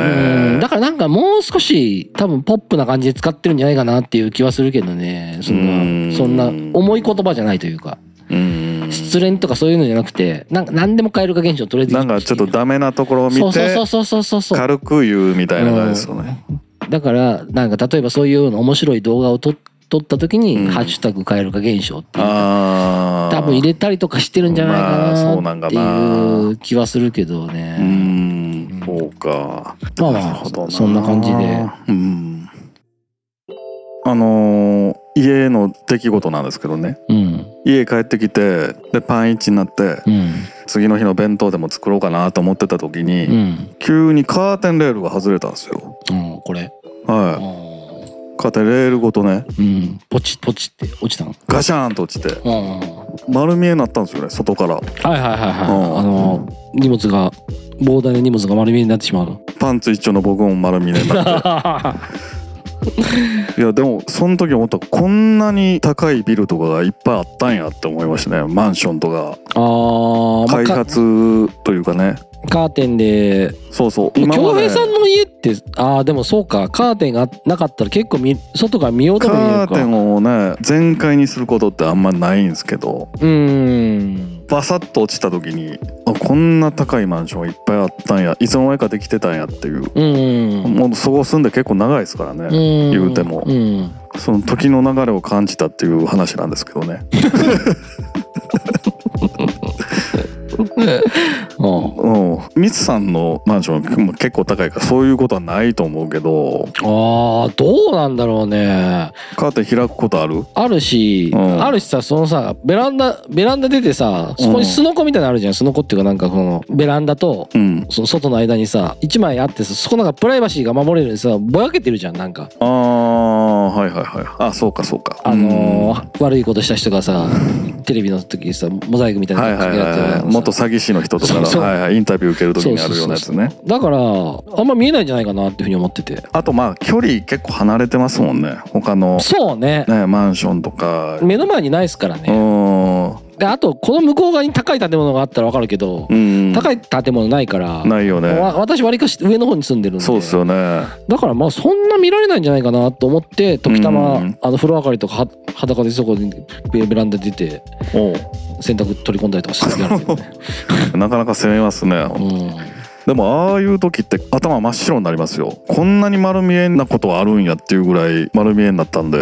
A: ね
B: だからなんかもう少し多分ポップな感じで使ってるんじゃないかなっていう気はするけどね。そん
A: うん
B: な、そんな重い言葉じゃないというか、
A: うん
B: 失恋とかそういうのじゃなくて、なんか何でもカエル化現象とりあえず。
A: なんかちょっとダメなところを見
B: そうそ
A: て
B: うそうそうそうそう。
A: 軽く言うみたいな感じですよね
B: だから、なんか例えばそういうような面白い動画を撮撮った時に、
A: うん
B: ハッシュタグカエル化現象っていう
A: ああ
B: 多分入れたりとかしてるんじゃない
A: まあそうな
B: か
A: んか
B: なって
A: な
B: いう気はするけどね。
A: うんそうか
B: まあまあ
A: なるほど
B: そんな感じで。
A: うん。あのー家の出来事なんですけどね
B: うん。
A: 家帰ってきてでパンイチになって
B: うん。
A: 次の日の弁当でも作ろうかなと思ってた時に、
B: うん。
A: 急にカーテンレールが外れたんですよ
B: うん、これ。う
A: は
B: ん
A: いカーテンレールごとね
B: うん。ポチポチって落ちたの。
A: ガシャーンと落ちて
B: うん。は
A: 丸見えになったんですよね外から
B: いはいはいはい。
A: うん
B: あの、荷物が、膨大な荷物が丸見えになってしま うの。
A: パンツ一丁の僕も丸見えに なっていやでもその時思ったこんなに高いビルとかがいっぱいあったんやって思いましたねマンションとか
B: あー、まあ
A: 開
B: か
A: 発というかね
B: カーテンで、
A: そうそう今
B: 京
A: まで
B: 平さんの家って、ああ、でもそうか、カーテンがなかったら結構見、外から見ようとも見え
A: カ
B: る
A: ーテ
B: か。
A: ンをね全開にすることってあんまないんですけど
B: うーん。
A: バサッと落ちた時にあこんな高いマンションいっぱいあったんやいつの間にかできてたんやっていう
B: うん。
A: もうそこ住んで結構長いですからね、
B: ん
A: 言うても
B: うん。
A: その時の流れを感じたっていう話なんですけどね、
B: うん
A: うん、ミツさんのマンションも結構高いからそういうことはないと思うけど
B: ああ、どうなんだろうね。
A: カーテン開くことある
B: あるし、
A: うん
B: あるしさ、そのさ、ベランダ、ベランダ出てさ、そこにすのこみたいなのあるじゃん。すのこっていうかなんかこの、ベランダと、
A: うん
B: その外の間にさ、一枚あってさ、そこなんかプライバシーが守れるようにさ、ぼやけてるじゃん、なんか。
A: ああはいはいはいあそうかそうか
B: あのー悪いことした人がさ、テレビの時にさ、モザイクみたいな
A: はい
B: の
A: はい
B: やって
A: は
B: る
A: い
B: や
A: はい
B: つ
A: 元詐欺師の人とか
B: そうそう
A: の、はいはい、インタビュー受ける時にあるようなやつ
B: そうそう
A: ね
B: だから、あんま見えないんじゃないかなっていうふうに思ってて。
A: あとまあ距離結構離れてますもんね他の、
B: そうね。
A: ね、マンションとか
B: 目の前にないですから
A: う
B: ね。
A: ん
B: であとこの向こう側に高い建物があったら分かるけど、
A: うん
B: 高い建物ないから
A: ないよね
B: わ私わりかし上の方に住んでるんで
A: そうですよね
B: だからまあそんな見られないんじゃないかなと思って時たま、
A: うん
B: あの風呂上がりとかは裸でそこにベベランダ出て
A: お
B: 洗濯取り込んだりとかしてる時あるけ どね、
A: うなかなか攻めますねでもああいう時って頭真っ白になりますよこんなに丸見えなことはあるんやっていうぐらい丸見えになったん で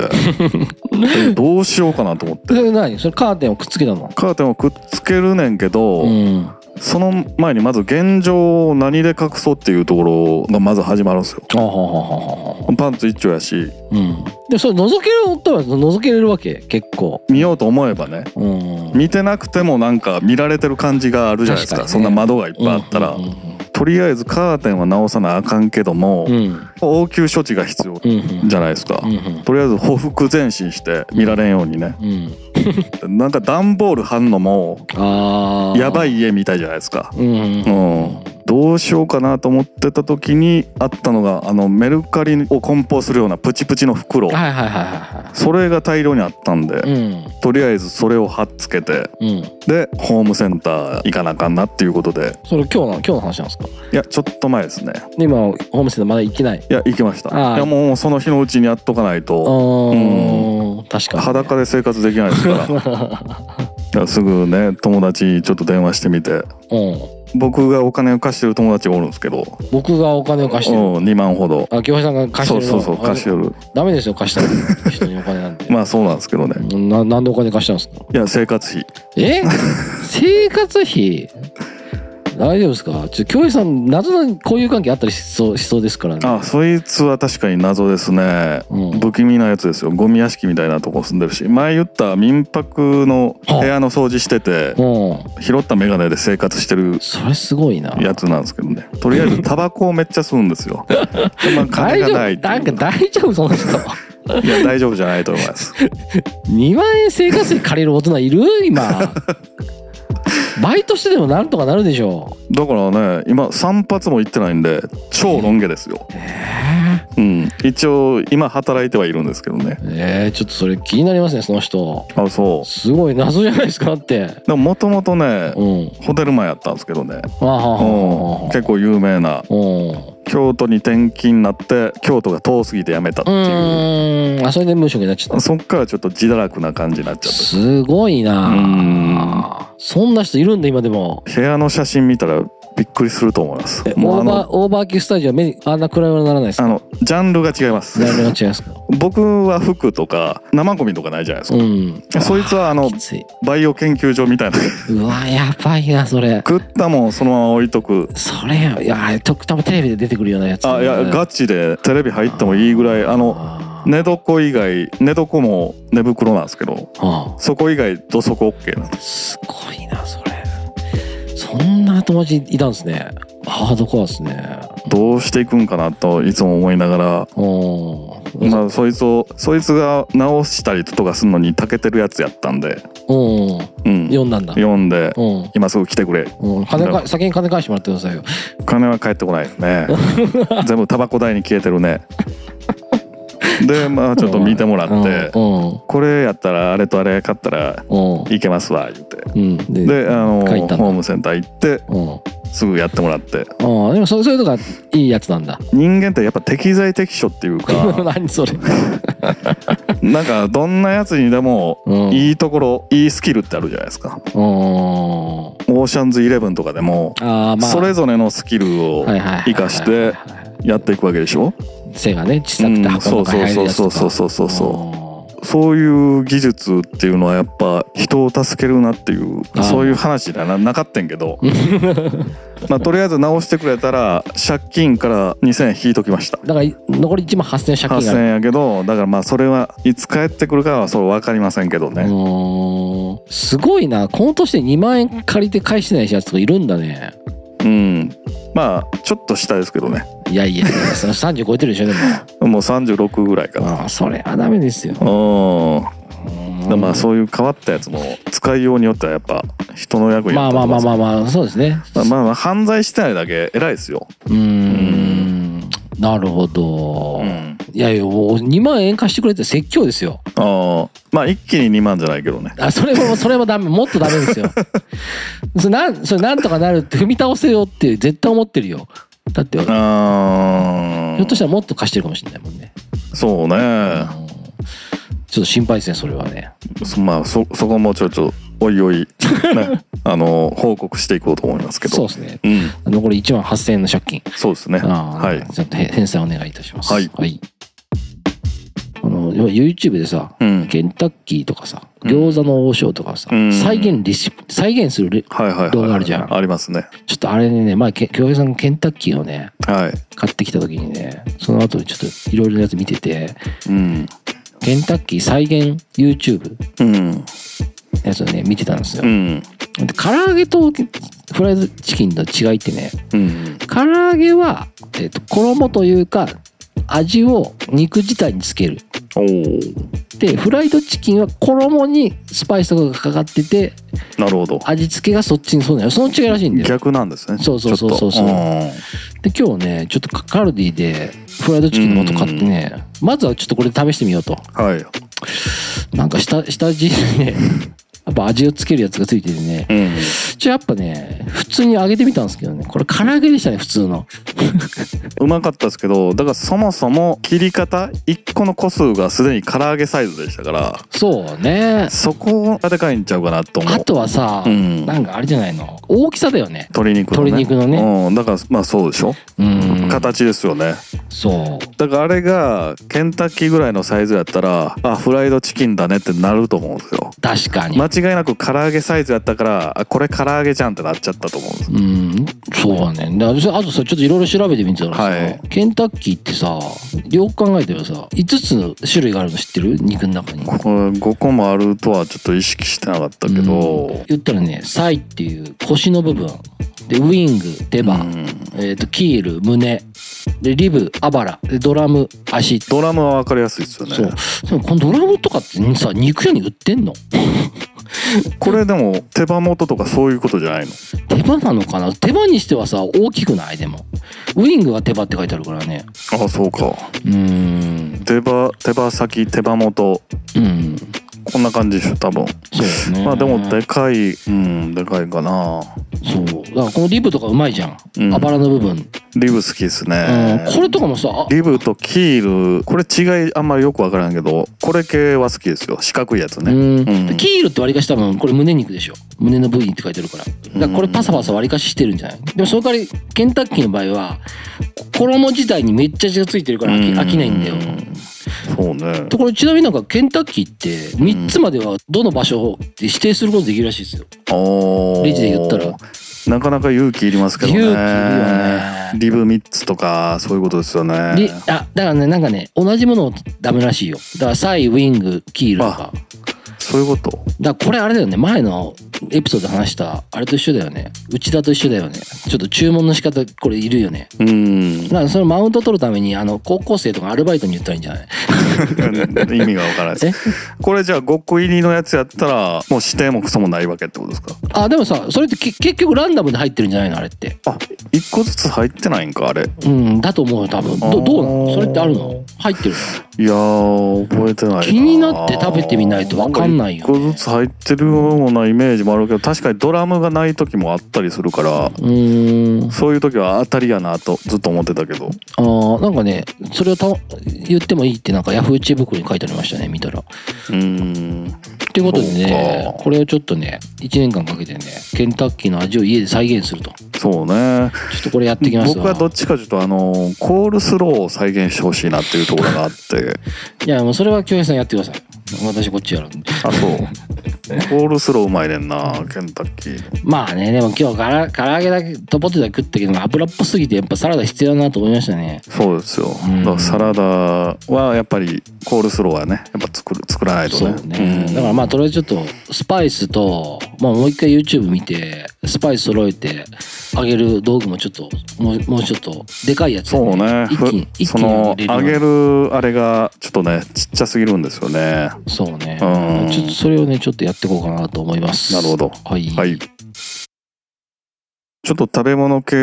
A: えどうしようかなと思って
B: うん、それ何それカーテンをくっつけたの
A: カーテンをくっつけるねんけど、
B: うん
A: その前にまず現状を何で隠そうっていうところがまず始まるんですよ
B: あはははは
A: パンツ一丁やし
B: うんでもそれ覗ける夫は覗けれるわけ結構
A: 見ようと思えばね
B: うん
A: 見てなくてもなんか見られてる感じがあるじゃないですか
B: 確か
A: そ
B: に
A: ん
B: ね
A: な窓がいっぱいあったら、
B: うん
A: とりあえずカーテンは直さなあかんけども、
B: うんうん
A: 応急処置が必要
B: うんうん
A: じゃないですか、
B: うんうん
A: とりあえず報復前進して見られんようにね
B: うん
A: なんか段ボール貼んのも
B: ああ
A: やば
B: い
A: い家みたいじゃないですか
B: うんうん
A: うんどうしようかなと思ってた時にあったのがあのメルカリを梱包するようなプチプチの袋
B: はいはいはいは
A: それが大量にあったんで、
B: いはいうん
A: とりあえずそれを貼っつけて
B: うん
A: でホームセンター行かなあかんなっていうことで
B: それ今日の今日の話なんですか
A: いやちょっと前ですね
B: で今ホームセンターまだ行ってない
A: いや行きました
B: あー
A: いやもうその日のうちにやっとかない
B: あ
A: と
B: ー確かに
A: 裸で生活できないですから いやすぐね友達にちょっと電話してみて
B: うん
A: 僕がお金を貸してる友達がおるんですけど
B: 僕がお金を貸してる
A: うん2万ほど
B: あ京平さんが貸してるの
A: そうそうそう貸してる
B: あダメですよ貸したら人にお金なんて
A: まあそうなんですけどね
B: ななんでお金貸したんですか
A: いや生活費
B: え生活費大丈夫ですかちょっと京平さん謎のこういう関係あったりしそうしそうですからね
A: あそいつは確かに謎ですね
B: うん
A: 不気味なやつですよゴミ屋敷みたいなとこ住んでるし前言った民泊の部屋の掃除してて
B: うん
A: 拾ったメガネで生活してる
B: それすごいな
A: やつなんですけどねとりあえ ずタバコをめっちゃ吸うんですよまあ金
B: 大
A: が
B: 丈
A: ないっ
B: 夫
A: て
B: なん
A: い
B: か
A: う
B: 大丈夫その人
A: いや大丈夫じゃないと思います
B: 2万円生活費借りる大人いる 今バイトしてでもなんとかなるでしょ
A: だからね今散髪も行ってないんで超ロン毛ですよ、うん一応今働いてはいるんですけどね
B: えー、ちょっとそれ気になりますねその人
A: あそ
B: すごい謎じゃないですかだって
A: うでももともとね
B: うん
A: ホテルマンやったんですけどね
B: あはは
A: うん
B: は
A: 結構有名な
B: うん
A: 京都に転勤になって京都が遠すぎて辞めたっていう
B: うんあそれで無職になっちゃった
A: そっからちょっと自堕落な感じになっちゃっ
B: すごい
A: うん
B: なそんな人いるんだ今でも
A: て部屋の写真見たらびっくりすると思いますもう
B: オ
A: あ
B: ーバー
A: の
B: オーバーキュースタジオは目にあんな暗いはならないです
A: あ
B: か
A: のジャンルが違います
B: ジャンルが違いますか
A: 僕は服とか生ゴミとかないじゃないですか、
B: うん
A: そいつはあの
B: きつい
A: バイオ研究所みたいな
B: うわやばいなそれ
A: 食ったもんそのまま置いとく
B: それやいやとたまテレビで出てくるようなやつ
A: あいやガチでテレビ入ってもいいぐらいあの
B: あー
A: 寝床以外寝床も寝袋なんですけど
B: あ
A: そこ以外土足 OK なんです
B: ーすごいなそれそんな友達いたんですねハードコアですね
A: どうしていくんかなといつも思いながら
B: うん
A: まあそいつをそいつが直したりとかするのに長けてるやつやったんで、
B: うん
A: うん、
B: 読んだんだ
A: 読んで
B: うん
A: 今すぐ来てくれ
B: うん金か先に金返してもらってくださいよ
A: 金は返ってこないです ね全部タバコ代に消えてるねでまあちょっと見てもらって
B: うん
A: これやったらあれとあれ買ったら
B: うん
A: いけますわ言って
B: うんで
A: であの
B: 書いたんだ
A: ホームセンター行って
B: うん
A: すぐやってもらって
B: ああでもそうそういうのがいいやつなんだ。
A: 人間ってやっぱ適材適所っていうか
B: 何それ。
A: なんかどんなやつにでも
B: うん
A: いいところいいスキルってあるじゃないですか
B: うーん。
A: オーシャンズイレブンとかでも
B: ああまあ。
A: それぞれのスキルを
B: はいはいはい
A: 生かしてやっていくわけでしょ
B: 背がね小さくて箱の中に入るやつとか。
A: うんそうそうそうそうそうそう
B: そ
A: そういう技術っていうのはやっぱ人を助けるなっていう
B: あー
A: そういう話じゃななかったんやけどまあとりあえず直してくれたら借金から2,000円引いときました
B: だから残り1万8,000借
A: 8,000
B: 金がある。
A: 円やけどだからまあそれはいつ帰ってくるかはそう分かりませんけど
B: う
A: ね、
B: ーん。すごいな。この年で2万円借りて返してないやつとかいるんだね。
A: うん、まあちょっと下ですけどね
B: いやいやいや、その30超えてるでしょでも。
A: もう36ぐらいかな
B: ああそれはダメですよ。
A: うん
B: う
A: で
B: ん
A: まあそういう変わったやつも使いようによってはやっぱ人の役に立
B: まあ
A: つ
B: まあまあま
A: あ
B: あまあそうですね。
A: まあまあまあ犯罪してないだけ偉いですよ、
B: うーん。なるほど。
A: うん
B: いやいや、もう2万円貸してくれって説教ですよ。
A: ああまあ一気に2万じゃないけどね
B: あ、それも、それもダメ、もっとダメですよ。 それなん、それなんとかなるって踏み倒せよって絶対思ってるよ。だって、ひょ
A: あ
B: っとしたたらもっと貸してるかもしれないもんね。
A: そうね
B: うんちょっと心配ですね、それはね。
A: そまあそそこもちょいちょいおいお い、ね、あの報告していこうと思いますけど
B: そうですね。
A: うん
B: 残り1万8000円の借金。
A: そうですね
B: あー
A: はい
B: ちょっとへ返済お願いいたします。
A: はい
B: あの、要は YouTube でさ、
A: うん
B: ケンタッキーとかさ、
A: うん
B: 餃子の王将とかさ、
A: うん
B: 再現レシピ、再現するレ、
A: はいはいはい
B: 動画あるじゃん
A: ありますね
B: ちょっとあれね、前、け京平さんがケンタッキーをね、
A: はい
B: 買ってきた時にね、その後にちょっといろいろなやつ見てて、
A: うん
B: ケンタッキー再現 YouTube の
A: うん
B: やつをね、見てたんですよ
A: う。ん
B: で、唐揚げとフライドチキンの違いってね、
A: うん
B: 唐揚げは、えっと衣というか味を肉自体につける
A: おー
B: でフライドチキンは衣にスパイスとかがかかってて
A: なるほど
B: 味付けがそっちにそうなのよその違いらしいんだよ
A: 逆なんですね
B: そうそうそうそう
A: ちょっとん
B: で今日ねちょっとカカルディでフライドチキンの素買ってねまずはちょっとこれ試してみようと
A: はい
B: なんか下下味にね やっぱ味をつけるやつがついててね
A: うん
B: じゃあやっぱね普通に揚げてみたんですけどねこれ唐揚げでしたね普通の
A: うまかったですけどだからそもそも切り方1個の個数がすでに唐揚げサイズでしたから
B: そうね
A: そこがでかいんちゃうかなと思う
B: あとはさ、
A: うん
B: なんかあれじゃないの大きさだよね
A: 鶏肉のね
B: 鶏肉のね
A: うん、だからまあそうでしょ、
B: うん
A: 形ですよね
B: そう
A: だからあれがケンタッキーぐらいのサイズやったらあフライドチキンだねってなると思うんですよ
B: 確かに、
A: 間違いなく唐揚げサイズやったからあこれ唐揚げじゃんってなっちゃったと思うんです
B: うんそうだねであとあとさちょっといろいろ調べてみてたらさ、
A: はい
B: ケンタッキーってさよく考えてもさ5つの種類があるの知ってる肉の中に
A: これ5個もあるとはちょっと意識してなかったけど
B: 言ったらねサイっていう腰の部分でウイングレバー、
A: うん
B: えー、とキール胸でリブあばらでドラム足
A: ドラムは分かりやすいですよね
B: そうでもこのドラムとかってさ肉屋に売ってんの
A: これでも手羽元とかそういうことじゃないの
B: 手羽なのかな手羽にしてはさ大きくないでもウイングが手羽って書いてあるからね
A: あそうか
B: うーん
A: 手羽手羽先手羽元
B: うん
A: こんな感じでしょ多分
B: そうですね
A: まあでもでかいうんでかいかな
B: そうだからこのリブとかうまいじゃん、
A: うん
B: あばらの部分、うん
A: リブ好きですね
B: これとかもさあ
A: リブとキールこれ違いあんまりよく分からんけどこれ系は好きですよ四角いやつ
B: う
A: ね
B: ん
A: うん
B: キールって割りかし多分これ胸肉でしょ胸の部位って書いてあるからだからこれパサパサ割りかししてるんじゃないでもその代わりケンタッキーの場合は衣自体にめっちゃ血がついてるから飽き飽きないんだよ
A: うんそうね
B: ところでちなみになんかケンタッキーって3つまではどの場所で指定することできるらしいですよ
A: おー
B: レジで言ったら
A: なかなか勇気いりますけどね
B: 勇気いるよね
A: リブ3つとかそういうことですよ
B: り
A: ね
B: あだからねなんかね同じものダメらしいよだからサイウィングキールとか
A: そういうこと
B: だからこれあれだよね前のエピソードで話したあれと一緒だよね内田と一緒だよねちょっと注文の仕方これいるよね
A: うん
B: だからそのマウント取るためにあの高校生とかアルバイトに言ったらいいんじゃない
A: 意味がわ からない
B: え
A: これじゃあ5個入りのやつやったらもう指定もクソもないわけってことですか
B: あでもさそれってけ結局ランダムで入ってるんじゃないのあれって
A: あ1個ずつ入ってないんかあれ
B: うんだと思うよ多分どどうなのそれってあるの入ってる
A: いやー覚えてないな
B: 気になって食べてみないとわかんないよね
A: 1個ずつ入ってるようなイメージもあるけど確かにドラムがない時もあったりするから
B: のうーん
A: そういう時は当たりやなとずっと思ってたけど
B: あーなんかねそれをた言ってもいいってなんかヤフー知恵袋に書いてありましたね見たら
A: うん
B: ということでね
A: そうか
B: これをちょっとね1年間かけてねケンタッキーの味を家で再現するとちょ
A: そうね
B: っとこれやってきます
A: 僕
B: わ
A: はどっちかというとあのコールスローを再現してほしいなっていうところがあって
B: いやもうそれは京平さんやってください私こっちやるんで
A: あそうコールスローうまいねんなケンタッキー
B: まあねでも今日から唐揚げだけとポテトだけ食ったけど油っぽすぎてやっぱサラダ必要だなと思いましたね
A: そうですよ
B: うん
A: だからサラダはやっぱりコールスローはねやっぱ作る作らないと
B: そう
A: ね
B: ね、
A: うん
B: だからまあとりあえずちょっとスパイスと、まあ、もう一回 YouTube 見てスパイス揃えてあげる道具もちょっともうもうちょっとでかいやつ、
A: そうね
B: 一気に
A: ふ
B: 一
A: そ
B: 気に
A: の揚
B: 入れるような
A: げるあれがちょっとねちっちゃすぎるんですよね
B: そうね
A: うん
B: ちょっとそれをねちょっとやっていこうかなと思います
A: なるほど
B: はい、
A: はいちちょっと食べ物系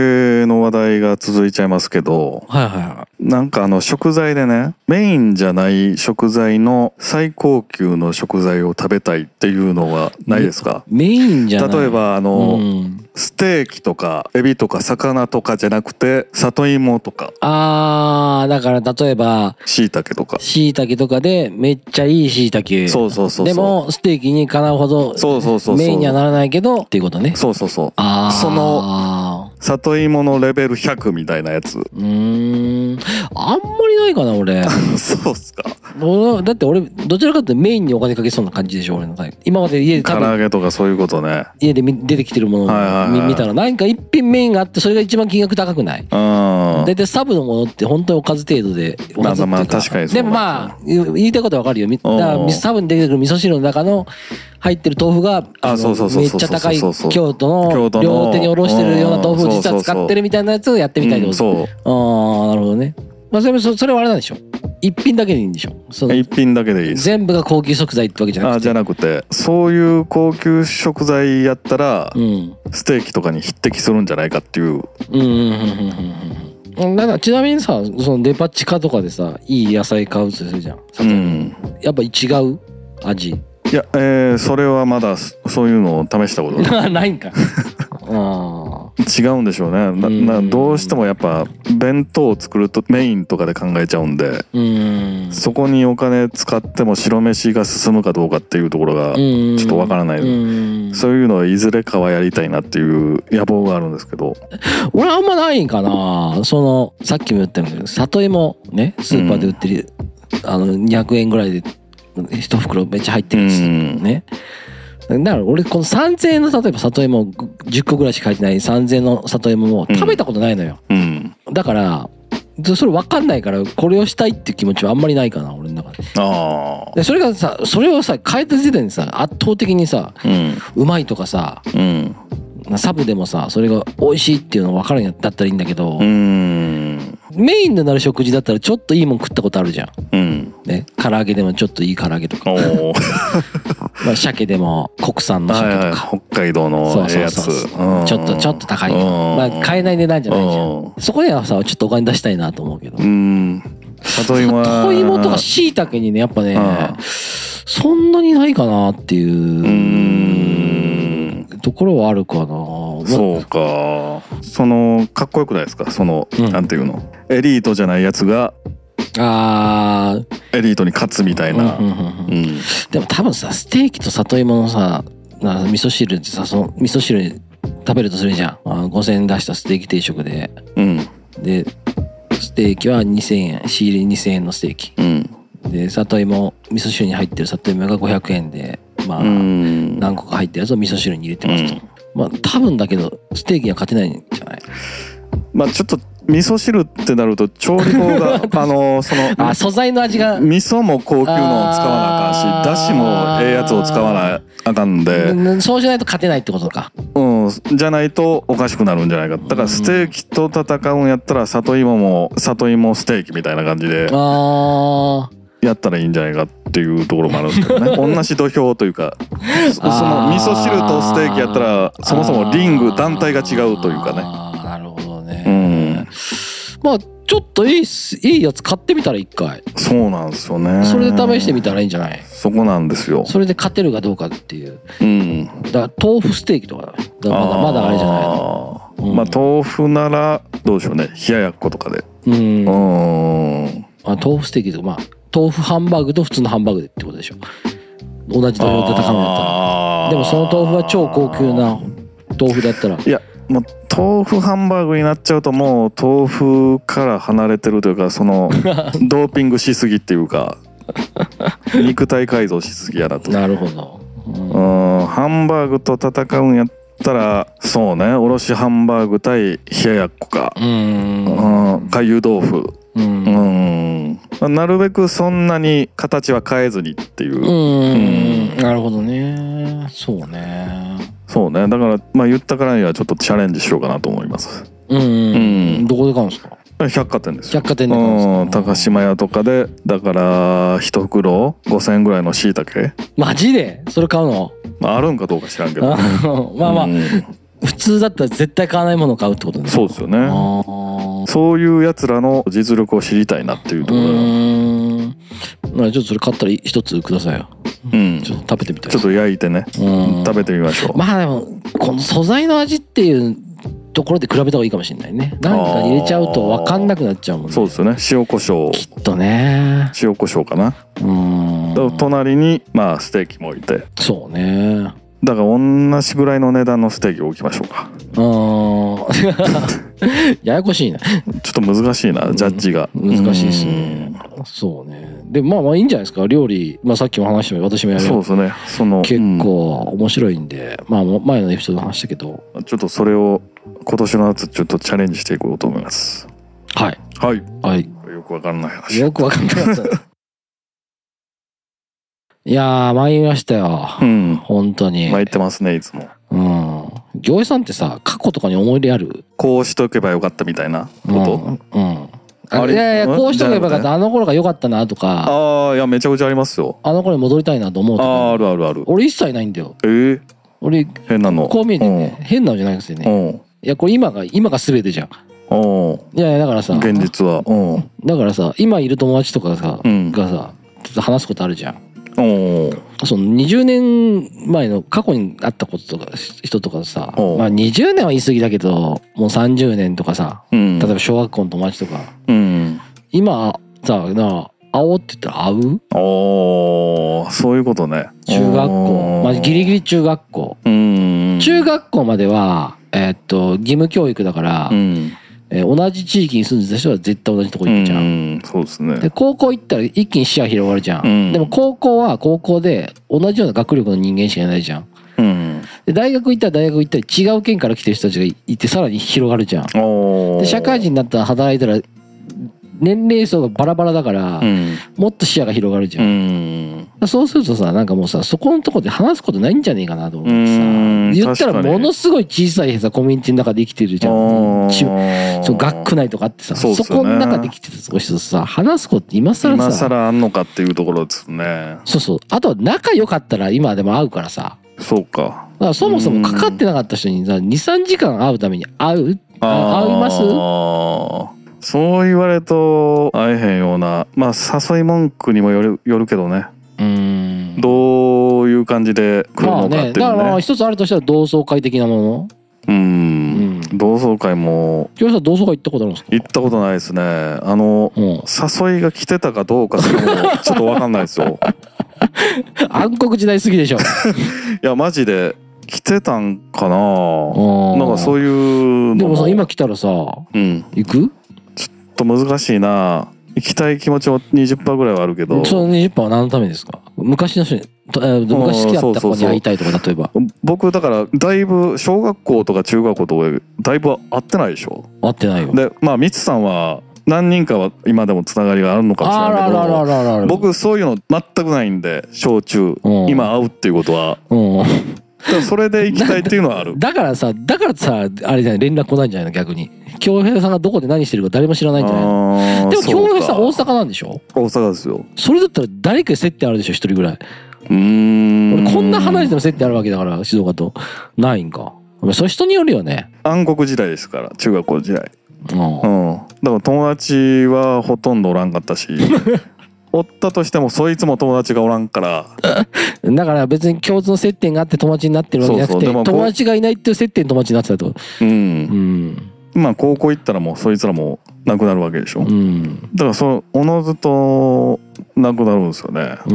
A: の話題が続いちゃいますけど、
B: はいはいは
A: なんかあの食材でねメインじゃない食材の最高級の食材を食べたいっていうのはないですか
B: い。メインじゃ
A: 例
B: ない。
A: え、ばあの、
B: うん。
A: ステーキとかエビとか魚とかじゃなくて里芋とか
B: あー、だから例えば、
A: 椎茸とか
B: 椎茸とかでめっちゃいい椎茸。
A: そうそうそうそう
B: でも、ステーキにかなうほど、
A: そうそうそうそう
B: メインにはならないけど、っていうことね。
A: そうそうそう
B: あー
A: その、里芋のレベル100みたいなやつ
B: うーん。あんまりないかな、 俺。
A: そうっすか
B: 俺だって俺、どちらかというとメインにお金かけそうな感じでしょ、俺のタイプ。今まで家で
A: 唐揚
B: 多分、
A: げとかそういうことね
B: 家で見出てきてるものを見,、
A: はいはいはい
B: 見たら、何か一品メインがあって、それが一番金額高くない。
A: うん
B: 大体サブのものって本当におかず程度で、おかずっていう
A: まあまあ確かにそう
B: でもまあ、言う言いたいことはわかるよ。みだから
A: うんうん
B: サブに出てくる味噌汁の中の入ってる豆腐が、
A: あ
B: の
A: そうそうそう
B: めっ
A: そう
B: ち
A: そう
B: ゃ高い
A: そうそう
B: 京都の
A: 京都の
B: 両手におろしてるような豆
A: う
B: 腐
A: ん
B: を実は使ってるみたいなやつをやってみたいって
A: う
B: こ
A: ん
B: と
A: そ
B: ああ、なるほどね。まあ、それもそそれはあれなんでしょ一品だけでいいんでしょそうの
A: 一品だけでいいです
B: 全部が高級食材ってわけじゃな
A: あ
B: くて。
A: じゃなくてそういう高級食材やったら
B: うん。うん
A: ステーキとかに匹敵するんじゃないかっていう
B: うんうんうんうんうん。なんかちなみにさ、そのデパ地下とかでさ、いい野菜買うとするじゃん。
A: うん
B: やっぱ違う味。
A: いや、えーそれはまだそそういうのを試した ことが
B: ないんか。あ
A: 違うんでしょうねな
B: う
A: なんどうしてもやっぱ弁当を作るとメインとかで考えちゃうんで
B: ーうん。
A: そこにお金使っても白飯が進むかどうかっていうところが
B: ち
A: ちょっとわからない
B: うん。
A: そういうのはいずれかはやりたいなっていう野望があるんですけど
B: 俺あんまないんかな。その、さっきも言ったように、里芋ね、スーパーで売ってる、あの、200円ぐらいで、一袋めっちゃ入ってるやつ
A: うん
B: ね。だから俺、この3000円の、例えば里芋10個ぐらいしか入ってない3000円の里芋も
A: うん
B: 食べたことないのよ。
A: うん
B: だから、それわかんないから、これをしたいっていう気持ちはあんまりないかな、俺の中で。
A: ああ
B: でそれがさそれをさ変えた時点でさ圧倒的にさ
A: うん
B: うまいとかさ
A: うん
B: サブでもさそれが美味しいっていうのが分かるんやだったらいいんだけど
A: う、ん
B: メインになる食事だったらちょっといいもん食ったことあるじゃん。
A: うん
B: ね、唐揚げでもちょっといい唐揚げとか、
A: おお
B: まあ、鮭でも国産の
A: はい
B: 鮭と
A: はい、
B: か、
A: 北海道
B: そ
A: の
B: う
A: ええ
B: そう
A: やつ
B: そうそうちょっとちょっと高い、
A: うん
B: まあ、買えない値段じゃないじゃん。
A: う
B: そこにはさちょっとお金出したいなと思うけど。
A: ん里芋は
B: 里芋とか椎茸にねやっぱね
A: うん
B: そんなにないかなっていう
A: ーん
B: うところはあるかな
A: そうかそのかっこよくないですかその、
B: うん
A: なんていうのエリートじゃないやつが
B: あー
A: エリートに勝つみたいな、う
B: う
A: ん
B: うんんうんうんでも多分さステーキと里芋のさな味噌汁ってさその味噌汁食べるとするじゃんあー5,000円出したステーキ定食で
A: うん
B: でステーキは2,000円仕入れ2,000円のステーキ
A: うん
B: で里芋味噌汁に入ってる里芋が500円でまあ、
A: うん
B: 何個か入ったやつを味噌汁に入れてますと、まあ多分だけどステーキには勝てないんじゃない
A: まあちょっと味噌汁ってなると調理法 があのその
B: あ素材の味が、
A: 味噌も高級のを使わなあかん
B: あー
A: しだしもええやつを使わなあかんで
B: うんそうしないと勝てないってことか
A: うん、じゃないとおかしくなるんじゃないかだからステーキと戦うんやったら里芋も里芋ステーキみたいな感じで
B: あ
A: やったらいいんじゃないかっていうところもあるんですけど ね同じ土俵というかそその
B: あー
A: 味噌汁とステーキやったら
B: ー
A: そもそもリン
B: あ
A: グ
B: ー
A: 団体が違うというかね
B: あーなるほどね、
A: うん
B: まあちょっといいっすいいやつ買ってみたら一回
A: そうなんですよね
B: それで試してみたらいいんじゃない
A: そこなんですよ
B: それで勝てるかどうかっていう
A: うん
B: だから豆腐ステーキとかだだまだまだあれじゃないの
A: い
B: うん
A: まあ豆腐ならどうでしょうね冷ややっことかで
B: うん
A: うーん
B: あ豆腐ステーキとかまあ豆腐ハンバーグと普通のハンバーグでってことでしょ同じ土俵で高めだったら
A: あー
B: でもその豆腐は超高級な豆腐だったら
A: いやもう豆腐ハンバーグになっちゃうともう豆腐から離れてるというかそのドーピングしすぎっていうか肉体改造しすぎやなと
B: なるほど、うん
A: う
B: あ
A: んハンバーグと戦うんやったらそうねおろしハンバーグ対冷ややっこか
B: うーん
A: うんかゆ豆腐
B: う
A: うんんなるべくそんなに形は変えずにっていう、
B: うんなるほどねそうね
A: そうねだからまあ言ったからにはちょっとチャレンジしようかなと思います
B: うん、
A: うん
B: どこで買うんですか
A: 百貨店ですよ
B: 百貨店で買う
A: うんん
B: ですか
A: 高島屋とかでだから一袋5,000円ぐらいのしいたけ
B: マジでそれ買うの
A: あるんかどうか知らんけど
B: あまあまあ、
A: うん
B: 普通だったら絶対買わないものを買うってことね。う。
A: そうですよね
B: ああ。
A: そういうやつらの実力を知りたいなっていうと
B: う
A: ころだな
B: ーん。まあちょっとそれ買ったら一つくださいよ。
A: うん
B: ち
A: ち
B: ょ
A: ょ
B: っと食べてみたい。
A: っと焼いてね
B: うん
A: 食べてみましょう、
B: まあでも、この素材の味っていうところで比べた方がいいかもしれないね。なんか入れちゃうと分かんなくなっちゃうもんね。
A: そうですよね塩コショウ
B: きっとね。
A: 塩コショウかな、
B: うん。
A: だから隣にまあステーキも置いて
B: そうね。
A: だから同じぐらいの値段のステーキ置きましょうか
B: うん。 ややこしいな。
A: ちょっと難しいな、
B: うん
A: ジャッジが
B: 難しいですね。そうね。で、まあまあいいんじゃないですか。料理、まあさっきも話しても私も
A: う
B: や
A: ん
B: る
A: そうですねその
B: 結構面白いんで、まあもう前のエピソードの話したけど、
A: うんちょっとそれを今年の夏ちょっとチャレンジしていこうと思います
B: はい。
A: はい
B: はい。
A: よくわからない話
B: よくわかん なかった。いやー、参りましたよ。
A: うん
B: 本当に。
A: 巻いてますねいつも
B: うん。行井さんってさ、過去とかに思い出ある
A: こうしとけばよかったみたいなこと、
B: うん。うんあ
A: あ
B: い
A: れ
B: やいや、
A: うん
B: こうしとけばよかっ
A: じゃ
B: た。あの頃が良かったなとか、
A: ああいやめちゃくちゃありますよ
B: あの頃に戻りたいなと思う
A: あ
B: と
A: あーあ
B: か。
A: るあるある
B: 俺一切ないんだよ。
A: えー、
B: 俺、
A: 変なの
B: こう見えてね、変なのじゃないですよ
A: う
B: ね。
A: ん
B: いや、これ今が、今が全てじゃん。
A: うんうん
B: いやいや、だからさ、
A: 現実はうん
B: だからさ、今いる友達とかさ
A: う、ん
B: がさ、ちょっと話すことあるじゃん。
A: うん
B: その20年前の過去にあったこととか、し人とかさ、
A: おう
B: まあ20年は言い過ぎだけど、もう30年とかさ、
A: うん
B: 例えば小学校の友達とか、
A: うん
B: 今さなあ会おうって言ったら会う
A: おーそういうことね
B: 中学校まあギリギ
A: リ
B: リ中学校
A: うん
B: 中学校まではえーっと義務教育だから、
A: うん
B: えー同じ地域に住んでた人は絶対同じとこ
A: う
B: 行くじゃん、
A: んそうですね
B: で高校行ったら一気に視野広がるじゃん、
A: うん
B: でも高校は高校で同じような学力の人間しかいないじゃん
A: うん
B: で大学行ったら大学行ったら違う県から来てる人たちがいてさらに広がるじゃん
A: おー
B: で社会人になったら働いたら年齢層がバラバラだから、
A: うん
B: もっと視野が広がるじゃ
A: う、ん
B: そうするとさ、なんかもうさ、そこのとこで話すことないんじゃねえかなと思ってさ
A: うーん、
B: 言ったら
A: 確かに
B: ものすごい小さいさ、コミュニティの中で生きてるじゃん。ちそう学区内とかあってさ、
A: そ
B: そう
A: っすね
B: この中で生きてた少しずつさ、話すことって今更
A: 今
B: さ、
A: 更あんのかっていうところですね
B: そうそう。あとは仲良かったら今でも会うからさ、
A: そうか
B: だからそもそもかかってなかった人にさ、2、3時間会うために会うあ会います
A: ますそう言われると会えへんようなまあ誘い文句にもよるよるけどね
B: うーん。
A: どういう感じで来る
B: まあ
A: のか
B: ね、
A: って
B: だ
A: い
B: か
A: う
B: ら
A: ね
B: まあ一つあるとしたら同窓会的なも
A: う
B: の。うんん。
A: 同窓会も
B: 今日さん同窓会行ったことあるんですか
A: 行ったことないですねあの
B: うん。
A: 誘いが来てたかどうかそれもちょっと分かんないです よ
B: 暗黒時代すぎでし ょ。
A: いやマジで来てたんかな
B: な
A: なんかそうういうの
B: でもさ今来たらさ行
A: うん
B: く
A: ちょっと難しいな行きたい気持ちも20%ぐらいはあるけど
B: その20%は何のためですか昔の人にとえー昔好きだった子に会いたいとか例えば
A: 僕だからだいぶ小学校とか中学校とかだいぶ会ってないでしょ
B: 会ってないよ
A: でまあミツさんは何人かは今でもつながりがあるのかもしれな
B: あ
A: い
B: ら
A: け
B: あ
A: ど
B: らあらあらあらあら
A: 僕そういうの全くないんで小中
B: うん
A: 今会うっていうことは
B: うん
A: だからそれで行きたいっていうのはある
B: だからさだからさあれじゃない連絡来ないんじゃないの逆に京平さんがどこで何してるか誰も知らないんじゃないの
A: あー
B: でも
A: そう
B: 京平さん大
A: か
B: 阪なんでしょ
A: 大阪ですよ
B: それだったら誰かに接点あるでしょ一人ぐらいう
A: ー
B: 俺こんな離れても接点あるわけだから静岡とないんかまあそれ人によるよね
A: 暗黒時代ですから中学校時代
B: うん
A: うんだから友達はほとんどおらんかった しおったとしてもそいつも友達がおらんから
B: だから別に共通の接点があって友達になってるわけじゃなく
A: そう
B: て
A: そうでもこう
B: 友達がいないっていう接点で友達になってたってこと
A: う
B: うんん
A: まあ高校行ったらもうそいつらもなくなるわけでしょ、
B: う
A: だ
B: ん
A: からそのおのずとなくなるんですよね
B: うー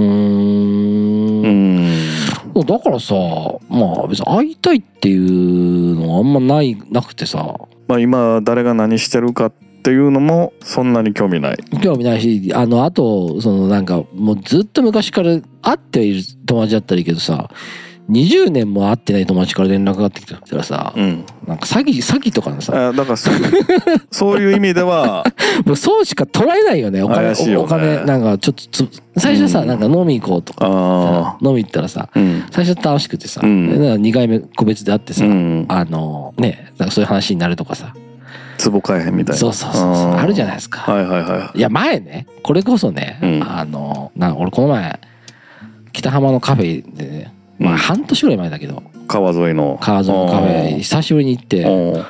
A: うんん
B: だからさまあ別に会いたいっていうのはあんまないなくてさ
A: まあ今誰が何してるかっていうのもそんなに興味ない
B: 興味ないしあのあとそのなんかもうずっと昔から会ってはいる友達だったらいいけどさ20年も会ってない友達から連絡があってきたらさ
A: うん
B: なんか詐欺詐欺とかのさ
A: あだ からそうそういう意味では
B: もうそうしか捉えないよねお金
A: 怪しいよね
B: お金なんかちょっとつ最初
A: う
B: さ
A: ん
B: なんか飲み行こうとか
A: あ
B: 飲み行ったらさ
A: あうん
B: 最初楽しくてさ、
A: うん
B: でなんか2回目個別で会って
A: う
B: さ、
A: ん
B: あのねなんかそういう話になるとかさ
A: ツボ変えへんみたいな
B: そうそうそうそう
A: あー
B: あるじゃないですか、、
A: はいはいはい
B: や前ねこれこそね、
A: うん
B: あのなんか俺この前北浜のカフェでね、ま
A: う
B: あ、
A: ん
B: 半年ぐらい前だけど、
A: い川沿いの
B: 川沿いのカフェ、久しぶりに行って、
A: うんうん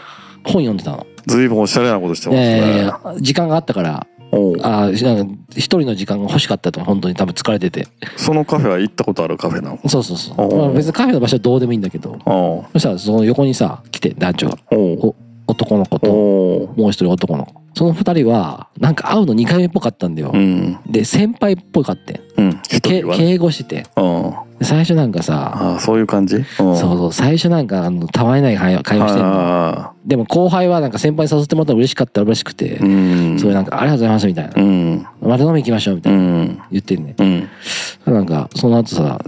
B: 本読んでたの。
A: ずいぶんおしゃれなことしてます
B: で
A: ね、
B: 時間があったから、
A: おう
B: あーなんか一人の時間が欲しかったと思う、本当に多分疲れてて。
A: そのカフェは行ったことあるカフェなの
B: そうそうそう。
A: おう
B: まあ、別にカフェの場所はどうでもいいんだけど、
A: おう
B: そしたらその横にさ、来て、団長が。
A: おう
B: お男の子と、
A: おう
B: もう一人男の子。その二人は、なんか会うの二回目っぽかったんだよ
A: う。ん
B: で、先輩っぽかって。
A: うん一
B: け
A: 人はね
B: 敬語してて。
A: うんあ
B: で最初なんかさ、
A: あそういう感じ
B: そ
A: そう
B: そう、最初なんか、あの、たまにない会話会話してんの。
A: ああ
B: でも後輩はなんか先輩に誘ってもらったら嬉しかったらしくて
A: う、ん
B: それなんか、ありがとうございますみたいな
A: う。ん
B: また飲み行きましょうみた
A: う
B: いな。
A: ん
B: 言ってんね。
A: うん
B: なんか、その後さ、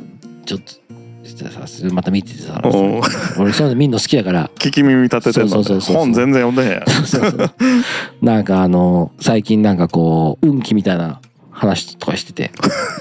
B: ちょっと、さまた見ててさ、
A: おう
B: 俺そういうの見んの好きやから、
A: 聞き耳立ててん
B: そ
A: の
B: うそうそう
A: ね
B: そう
A: 本全然読んでへんやん
B: そうそうなんかあの、最近なんかこう、運気みたいな話とかしてて、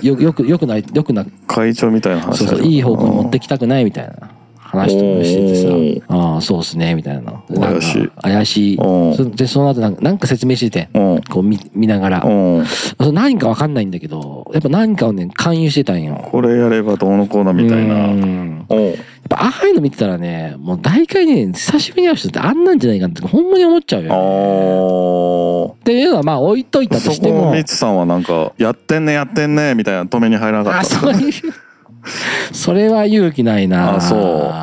B: よく、よく、よくなり、よくな、
A: 会長みたいな話
B: そうそう、いい方向に持ってきたくないみたいな話とかしててさ、ああ、そうですね、みたいな。
A: 怪しい
B: なんか怪しい。
A: うん
B: そで、その後なんか、なんか説明してて、
A: うん
B: こう見、見ながら、
A: うん
B: それ何かわかんないんだけど、やっぱ何かをね、勧誘してたんよ。
A: これやればどうのこうのみたいな
B: うん
A: おう
B: やっぱああいうの見てたらね、もう大体ね、久しぶりに会う人ってあんなんじゃないかなって、ほんまに思っちゃうよ。
A: ああ
B: っていうのはまあ置いといたと
A: そ
B: して
A: こ
B: も。
A: ミツさんはなんか「やってんねやってんね」みたいな止めに入らなか
B: あ、
A: った
B: そういう。それは勇気ないな。
A: あそう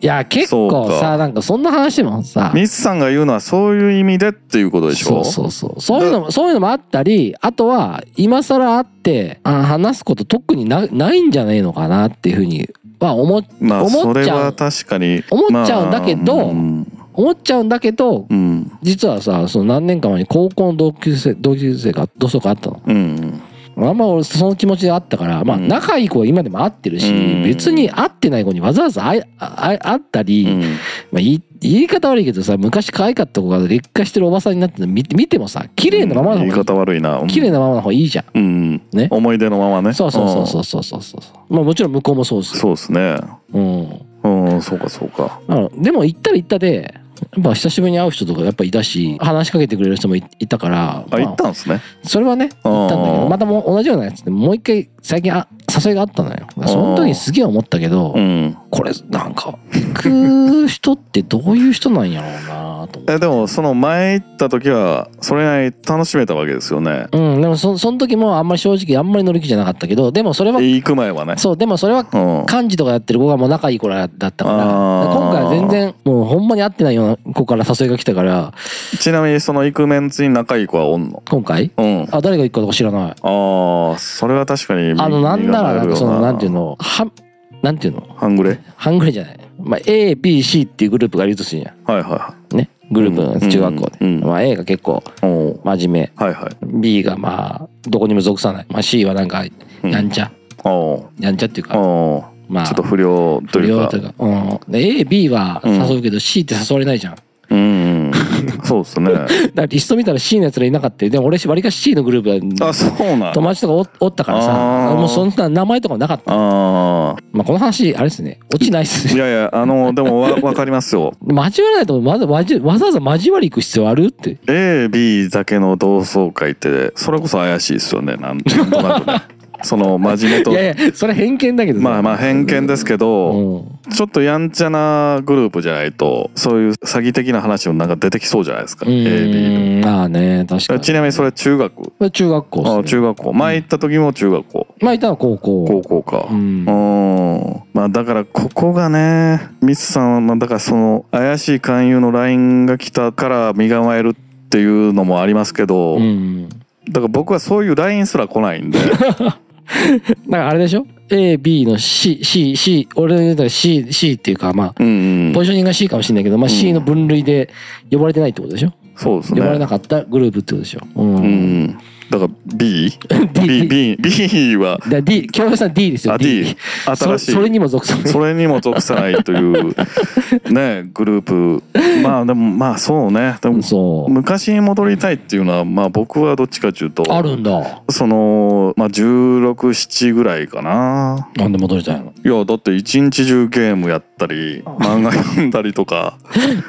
B: いや、結構
A: そう
B: さ、
A: か
B: なんかそんな話もさ。
A: ミツさんが言うのはそういう意味でっていうことでし
B: そ
A: ょ
B: うそうそう。そういうのも、そういうのもあったり、あとは、今更あって、あ話すこと特になないんじゃないのかなっていうふうには思っ
A: まあ
B: 思
A: そ
B: っ
A: れ
B: ちゃう
A: は確かに
B: 思っちゃうんだけど
A: まあうん
B: 思っちゃうんだけど、
A: うん
B: 実はさ、その何年か前に高校の同級生、同級生が、同窓会あったの。
A: うん
B: あんま俺その気持ちであったから、まあ
A: うん
B: 仲いい子は今でも会ってるし、
A: うん
B: 別に会ってない子にわざわざ会い会い会ったり、
A: うん
B: まあ、い言い方悪いけどさ昔可愛かった子が劣化してるおばさんになってるの見て見てもさ綺麗なままの
A: 言い
B: 方
A: 方
B: が
A: 悪いなうん
B: 綺麗なままの方がいいじゃん、
A: うん
B: ね
A: 思い出のままね
B: そうそうそうそううそうそうそうまあもちろん向こうもそうです
A: ん
B: よ
A: そうですね
B: うん
A: うんそうかそうか
B: あのでも行ったら行ったでやっぱ久しぶりに会う人とかやっぱいたし話しかけてくれる人もいいたか
A: あ
B: らまあ
A: 行ったんですね
B: それはね
A: うん
B: 行ったんだけどまたもう同じようなやつでもう一回最近あ誘いがあったのよその時にすげえ思ったけど
A: うん
B: これなんか行く人ってどういう人なんやろうなと思って
A: えでもその前行った時はそれなりに楽しめたわけですよね
B: うん、でもそその時もあんまり正直あんまり乗り気じゃなかったけどでもそれは
A: 行く前はね
B: そうでもそれは
A: うん
B: 幹事とかやってる子がもう仲いい子らだったから
A: あー
B: 今回は全然もうほんまに会ってないような子から誘いが来たから
A: ちなみにそのイクメンツに仲いい子はおんの
B: 今回
A: うん
B: あ誰が行くかとか知らない
A: ああそれは確かに
B: あのなんならなんかそのなんていう
A: の
B: のはなんていうの
A: 半グレ
B: 半グレじゃない、まあ、ABC っていうグループがいるとするや
A: はいは
B: んねグループ
A: う
B: が
A: んうん
B: 中学校で、
A: うん
B: まあ、A が結構
A: いお
B: 真面
A: はいはい
B: 目 B がまあどこにも属さない、まあ、C はなんか
A: うん
B: やんちゃ、
A: お
B: やんちゃっていう
A: お
B: かまあ
A: ちょっと不良とい
B: 不
A: う
B: 良
A: か
B: というか、うん、で A、B は誘うけど C って誘われないじゃん。
A: うんうんそうですね
B: だからリスト見たら C のやつらいなかったよでも俺、わりかし C のグループだ
A: あそうなん
B: 友達とかおおったからさ、
A: あー
B: もうそんな名前とかもなかった。
A: ああ
B: まあ、この話、あれですね、落ちないっす
A: い
B: ね。
A: やいやあのでもわわかりますよ
B: 交わらないとわざわざわざわざ交わり行く必要あるって。
A: AB だけの同窓会ってそれこそ怪しいですよねなんなんとなく ねその真面目
B: い
A: と
B: やいや、それ偏見だけど
A: まあまあ偏見ですけ
B: あ
A: ど、
B: うん、
A: ちょっとやんちゃなグループじゃないとそういう詐欺的な話もなんか出てきそうじゃないですか、
B: う
A: AB
B: ん、まあね、確か
A: の
B: に。
A: ちなみにそれ中学、
B: これ中学校っす、ね。
A: あ中学校前行った時も中学校、
B: まあ、いたのは高校。
A: 高校か
B: う
A: うん
B: ん。
A: んまあだからここがねミスさんはだからその怪しい勧誘の LINE が来たから身構えるっていうのもありますけど、
B: うん。
A: だから僕はそういう LINE すら来ない んで
B: なんかあれでしょ ?A、B の C、C、C、俺の言うたら C、C っていうか、まあ、
A: うん、うん
B: ポジショニングが C かもしれないけど、まあ、
A: うん
B: C の分類で呼ばれてないってことでしょ、
A: そうです
B: 呼ばれな
A: ね
B: かったグループってことでしょ、うん
A: うんだから B?
B: D
A: B, B, B は
B: だ D 京平さん D ですよ
A: あ D
B: そ
A: 新しい
B: それにも属さない
A: それにも属さないと いうねグループまあでもまあそうねでも
B: そう
A: 昔に戻りたいっていうのはまあ僕はどっちかというと
B: あるんだ
A: そのまあ1617ぐらいかな
B: なんで戻りたいの
A: いやだって一日中ゲームやったり漫画読んだりとか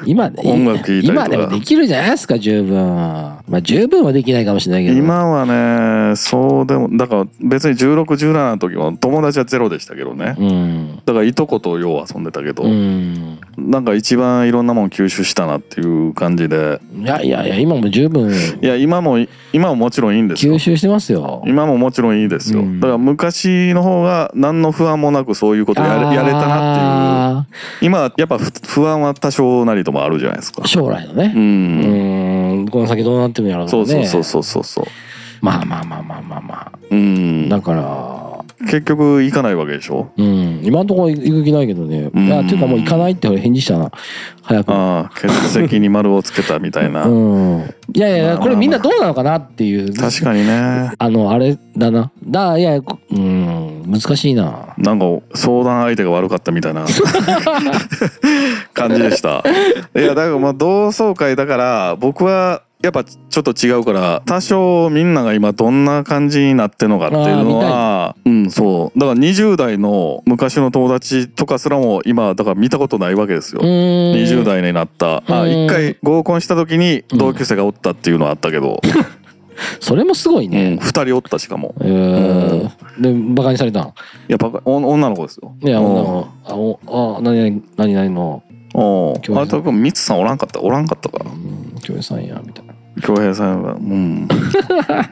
B: 今
A: 音楽聴いたりとか
B: 今でもできるじゃないですか十分まあ十分はできないかもしれないけど
A: 今はねそうでもだから別に1617の時は友達はゼロでしたけどね
B: うん。
A: だからいとことよう遊んでたけど、
B: うん。
A: なんか一番いろんなもん吸収したなっていう感じで
B: いやいやいや、今も十分
A: いや今も今ももちろんいいんですよ
B: 吸収してますよ。
A: 今ももちろんいいですよ、
B: うん
A: だから昔の方が何の不安もなくそういうことやれやれたなって
B: なって
A: いう今はやっぱふ不安は多少なりともあるじゃないですか
B: 将来の
A: う、
B: ね。うんん。この先どうなってもやろうね。
A: そうそうそうそうそうそう
B: まあまあまあまあまあま
A: う
B: あ。
A: ん
B: だから、
A: 結局行かないわけでしょ
B: うん。今のところ行く気ないけどね。
A: うん
B: いや、ていうかもう行かないって返事したな。早く。
A: ああ欠席に丸をつけたみたいな、
B: うん。いやい
A: まあまあ
B: や、
A: まあ
B: これみんなどうなのかなっていう。
A: 確かにね
B: あの、あれだな。だ、いや、こうん、難しいな。
A: なんか相談相手が悪かったみたいな感じでした いやだからまあ同窓会だから僕はやっぱちょっと違うから多少みんなが今どんな感じになってんのかっていうのはうんそうだから20代の昔の友達とかすらも今だから見たことないわけですよ
B: う、ん。
A: 20。代になったあ
B: うん
A: 1回合コンした時に同級生がおったっていうのはあったけど、
B: それもすごい
A: うん
B: ね。
A: 2人おったしかも
B: えーで、バカにされたん。
A: やっぱお女の子ですよ
B: いや、女の子、あ、お、あ、何々、何々の、
A: おう
B: 共演
A: あとミツさんおらんかったおらんかったか
B: うん、共演さんや、みたいな。
A: 恭平さんがうん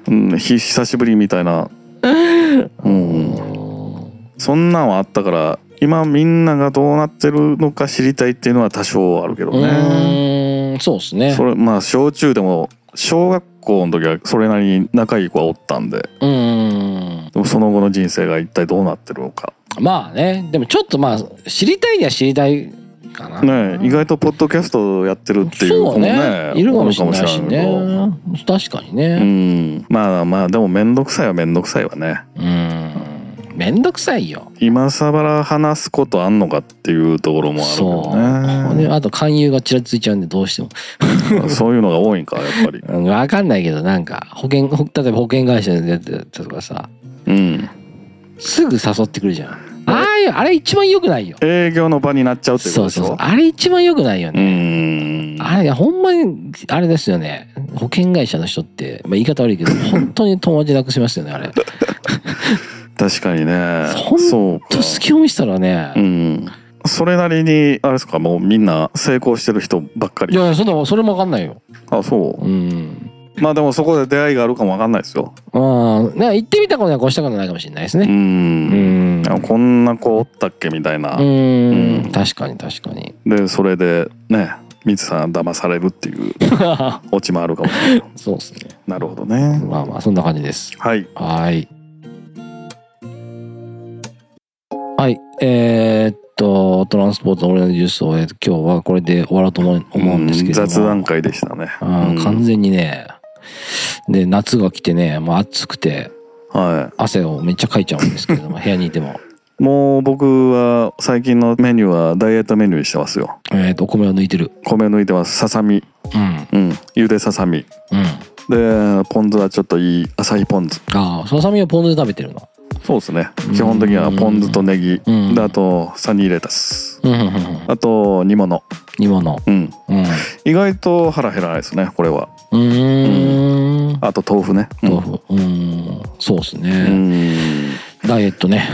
A: うんひ久しぶりみたいなうん
B: う
A: そんなんはあったから今みんながどうなってるのか知りたいっていうのは多少あるけどね
B: ーん、そうですね
A: そ。れまあ小中でも小学校の時はそれなりに仲いい子はおったんで
B: うーん。
A: でもその後の人生が一体どうなってるのか
B: まあね、でもちょっとまあ、知りたいには知りたいかな。
A: ねえ意外とポッドキャストやってるっていう
B: そ
A: 子も
B: う
A: ね
B: ね。いるかもしれないし
A: おるかもしれない
B: ね。確か
A: け
B: に
A: どう
B: ね。
A: んまあまあでも面倒くさいは面倒くさいわね
B: うん。めんどくさいよ。
A: 今さら話すことあんのかっていうところもある
B: そう。
A: よ
B: ね
A: ね
B: あと、勧誘がちらついちゃうんで、どうしても。
A: そういうのが多いんかやっ ぱり
B: うんわかんないけど、なんか、保険、ほ例えば保険会社でやってたとかさ、
A: うん
B: すぐ誘ってくるじゃん。ああいう、あれ一番良くないよ。
A: 営業の場になっちゃうっていうこ
B: そ
A: と
B: う
A: でし
B: そう
A: ょ
B: そう。あれ一番良くないよ
A: う
B: ね。
A: ん
B: あれ、ほんまに、あれですよね。保険会社の人って、まあ、言い方悪い けど、本当に友達なくしますよね、あれ。ほん
A: 確かにね
B: ほんと
A: そうか
B: と隙を見せたらね
A: う、んそれなりにあれですかもうみんな成功してる人ばっか
B: い
A: り
B: やいや、そんな、それもわかんないよ。
A: あそう
B: うん。
A: まあでもそこで出会いがあるかもわかんないですよ
B: ああ、ね、行ってみたことにはこうしたことないかもしれないです
A: う
B: ね。うんん。
A: あこんな子おったっけみたいな
B: う
A: うん
B: ん。確かに確かに。
A: でそれでねミツさん騙されるっていうオチもあるかもしれない
B: そうですね。
A: なるほどね
B: まあまあ、そんな感じです。
A: はい
B: はい。はい。えーっと、トランスポートの俺のジュースを、えーっと今日はこれで終わろうと思う思うんですけれど
A: う
B: も。
A: ん雑談会でしたね
B: あー
A: うん
B: 完全にね。で、夏が来てね、もう暑くて、
A: は
B: 汗をめっちゃかいちゃうんですけれども、 部屋にいても。
A: いもう僕は最近のメニューはダイエットメニューにしてますよ
B: えーっと、お米を抜いてる。
A: 米抜いてますささみ
B: うん。
A: うんゆでささみ
B: うん。
A: でポン酢はちょっといい朝日ポン酢
B: ああ、ささみをポン酢で食べてるの。
A: そうですね基本的にはポン酢とネギ
B: うん
A: であとサニーレタス
B: うんうんうんうん。
A: あと煮物
B: 煮物。
A: うん
B: うん。う
A: 意外と腹減らないですねこれは
B: ーん。
A: あと豆腐ねうん
B: 豆腐。うーん。そうですね。
A: うん
B: ダイエットね。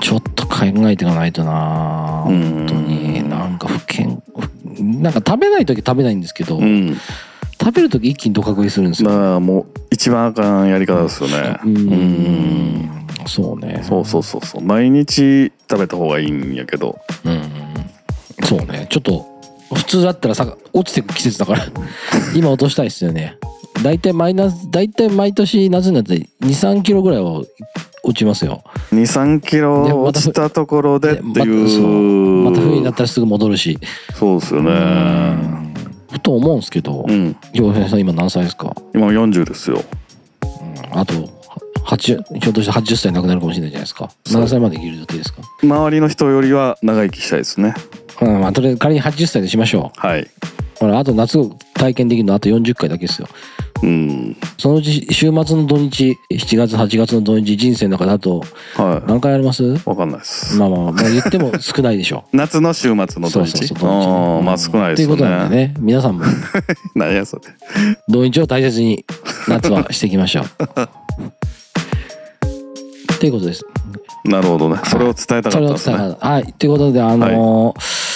B: ちょっと考えていかないとな
A: うん
B: 本当に。なんか不健、不なんか食べない時食べないんですけど、
A: うん
B: 食べる時一気にドカ食いするんですよ。
A: まあもう一番あかんやり方ですよね
B: うーん
A: うん
B: そうね。
A: そうそうそうそう毎日食べた方がいいんやけど
B: う。ん。そうね。ちょっと、普通だったらさ、落ちてく季節だから、 今落としたいですよね。大体マイナス、大体毎年夏になって2、3キロぐらいは落ちますよ。
A: 23キ
B: で
A: ロ
B: ま
A: 落
B: た
A: ちたところでって
B: でまたそ
A: いう
B: また冬になったらすぐ戻るし。
A: そうですよね
B: ふと思うんですけど、
A: うん
B: 洋平さん今何歳ですか、
A: 今40ですよ
B: あとは80ひょっとして80歳なくなるかもしれないじゃないですか
A: そう
B: 何歳まで生きる予定ですか
A: 周りの人よりは長生きしたいですね
B: うんまあとりあえず仮に80歳でしましょ
A: はいう
B: ほらあと夏を体験できるのあと40回だけですよ
A: うん
B: そのうち週末の土日7月8月の土日人生の中であと
A: は
B: 何回あります
A: いわかんないです
B: まあまあまあ言っても少ないでしょ
A: 夏の週末の土日
B: そうそうそう土
A: あーまあ少ないですよ
B: ということなんで
A: ね
B: ね皆さんも
A: 何やそれ
B: 土日を大切に夏はしていき ましょう。っていうことです。
A: なるほどね。それを伝えたかった
B: それを
A: ん
B: 伝
A: ですね。
B: えたかったはい。ということで、あのー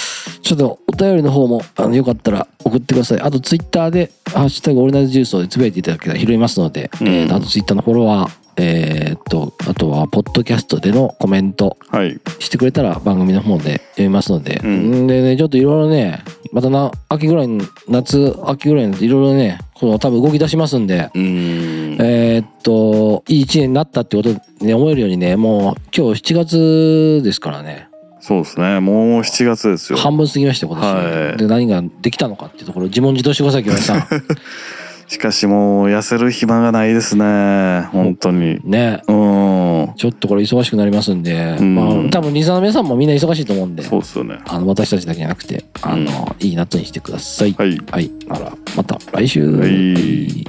B: ちょっとお便りの方も、あの、よかったら送ってください。あと、ツイッターで、ハッシュタグオールナイトジュースをつぶやいていただけたら拾いますので、
A: うん
B: えーとあとツイッターのフォロワー、えーっと、あとは、ポッドキャストでのコメント
A: はい。
B: してくれたら番組の方で読みますので、
A: うん
B: んでね、ちょっといろいろね、またな、秋ぐらいに、夏、秋ぐらいにいろいろね、この多分動き出しますんで、
A: うーん。
B: えーっと、いい一年になったってことでね、思えるようにね、もう今日7月ですからね、
A: そうですね。もう7月ですよ。
B: 半分過ぎましたよ、今年、
A: はい
B: で、何ができたのかっていうところ、自問自答してください、木村さ ん。
A: しかしもう痩せる暇がないですね。本当に。
B: ね。
A: うーん。
B: ちょっとこれ忙しくなりますんで、
A: うん
B: まあ、多分リスナーの皆さんもみんな忙しいと思うんで、
A: そうですよね。
B: あの、私たちだけじゃなくて、あの、いい夏にしてください。
A: はい。
B: はい。なら、また来週。
A: はい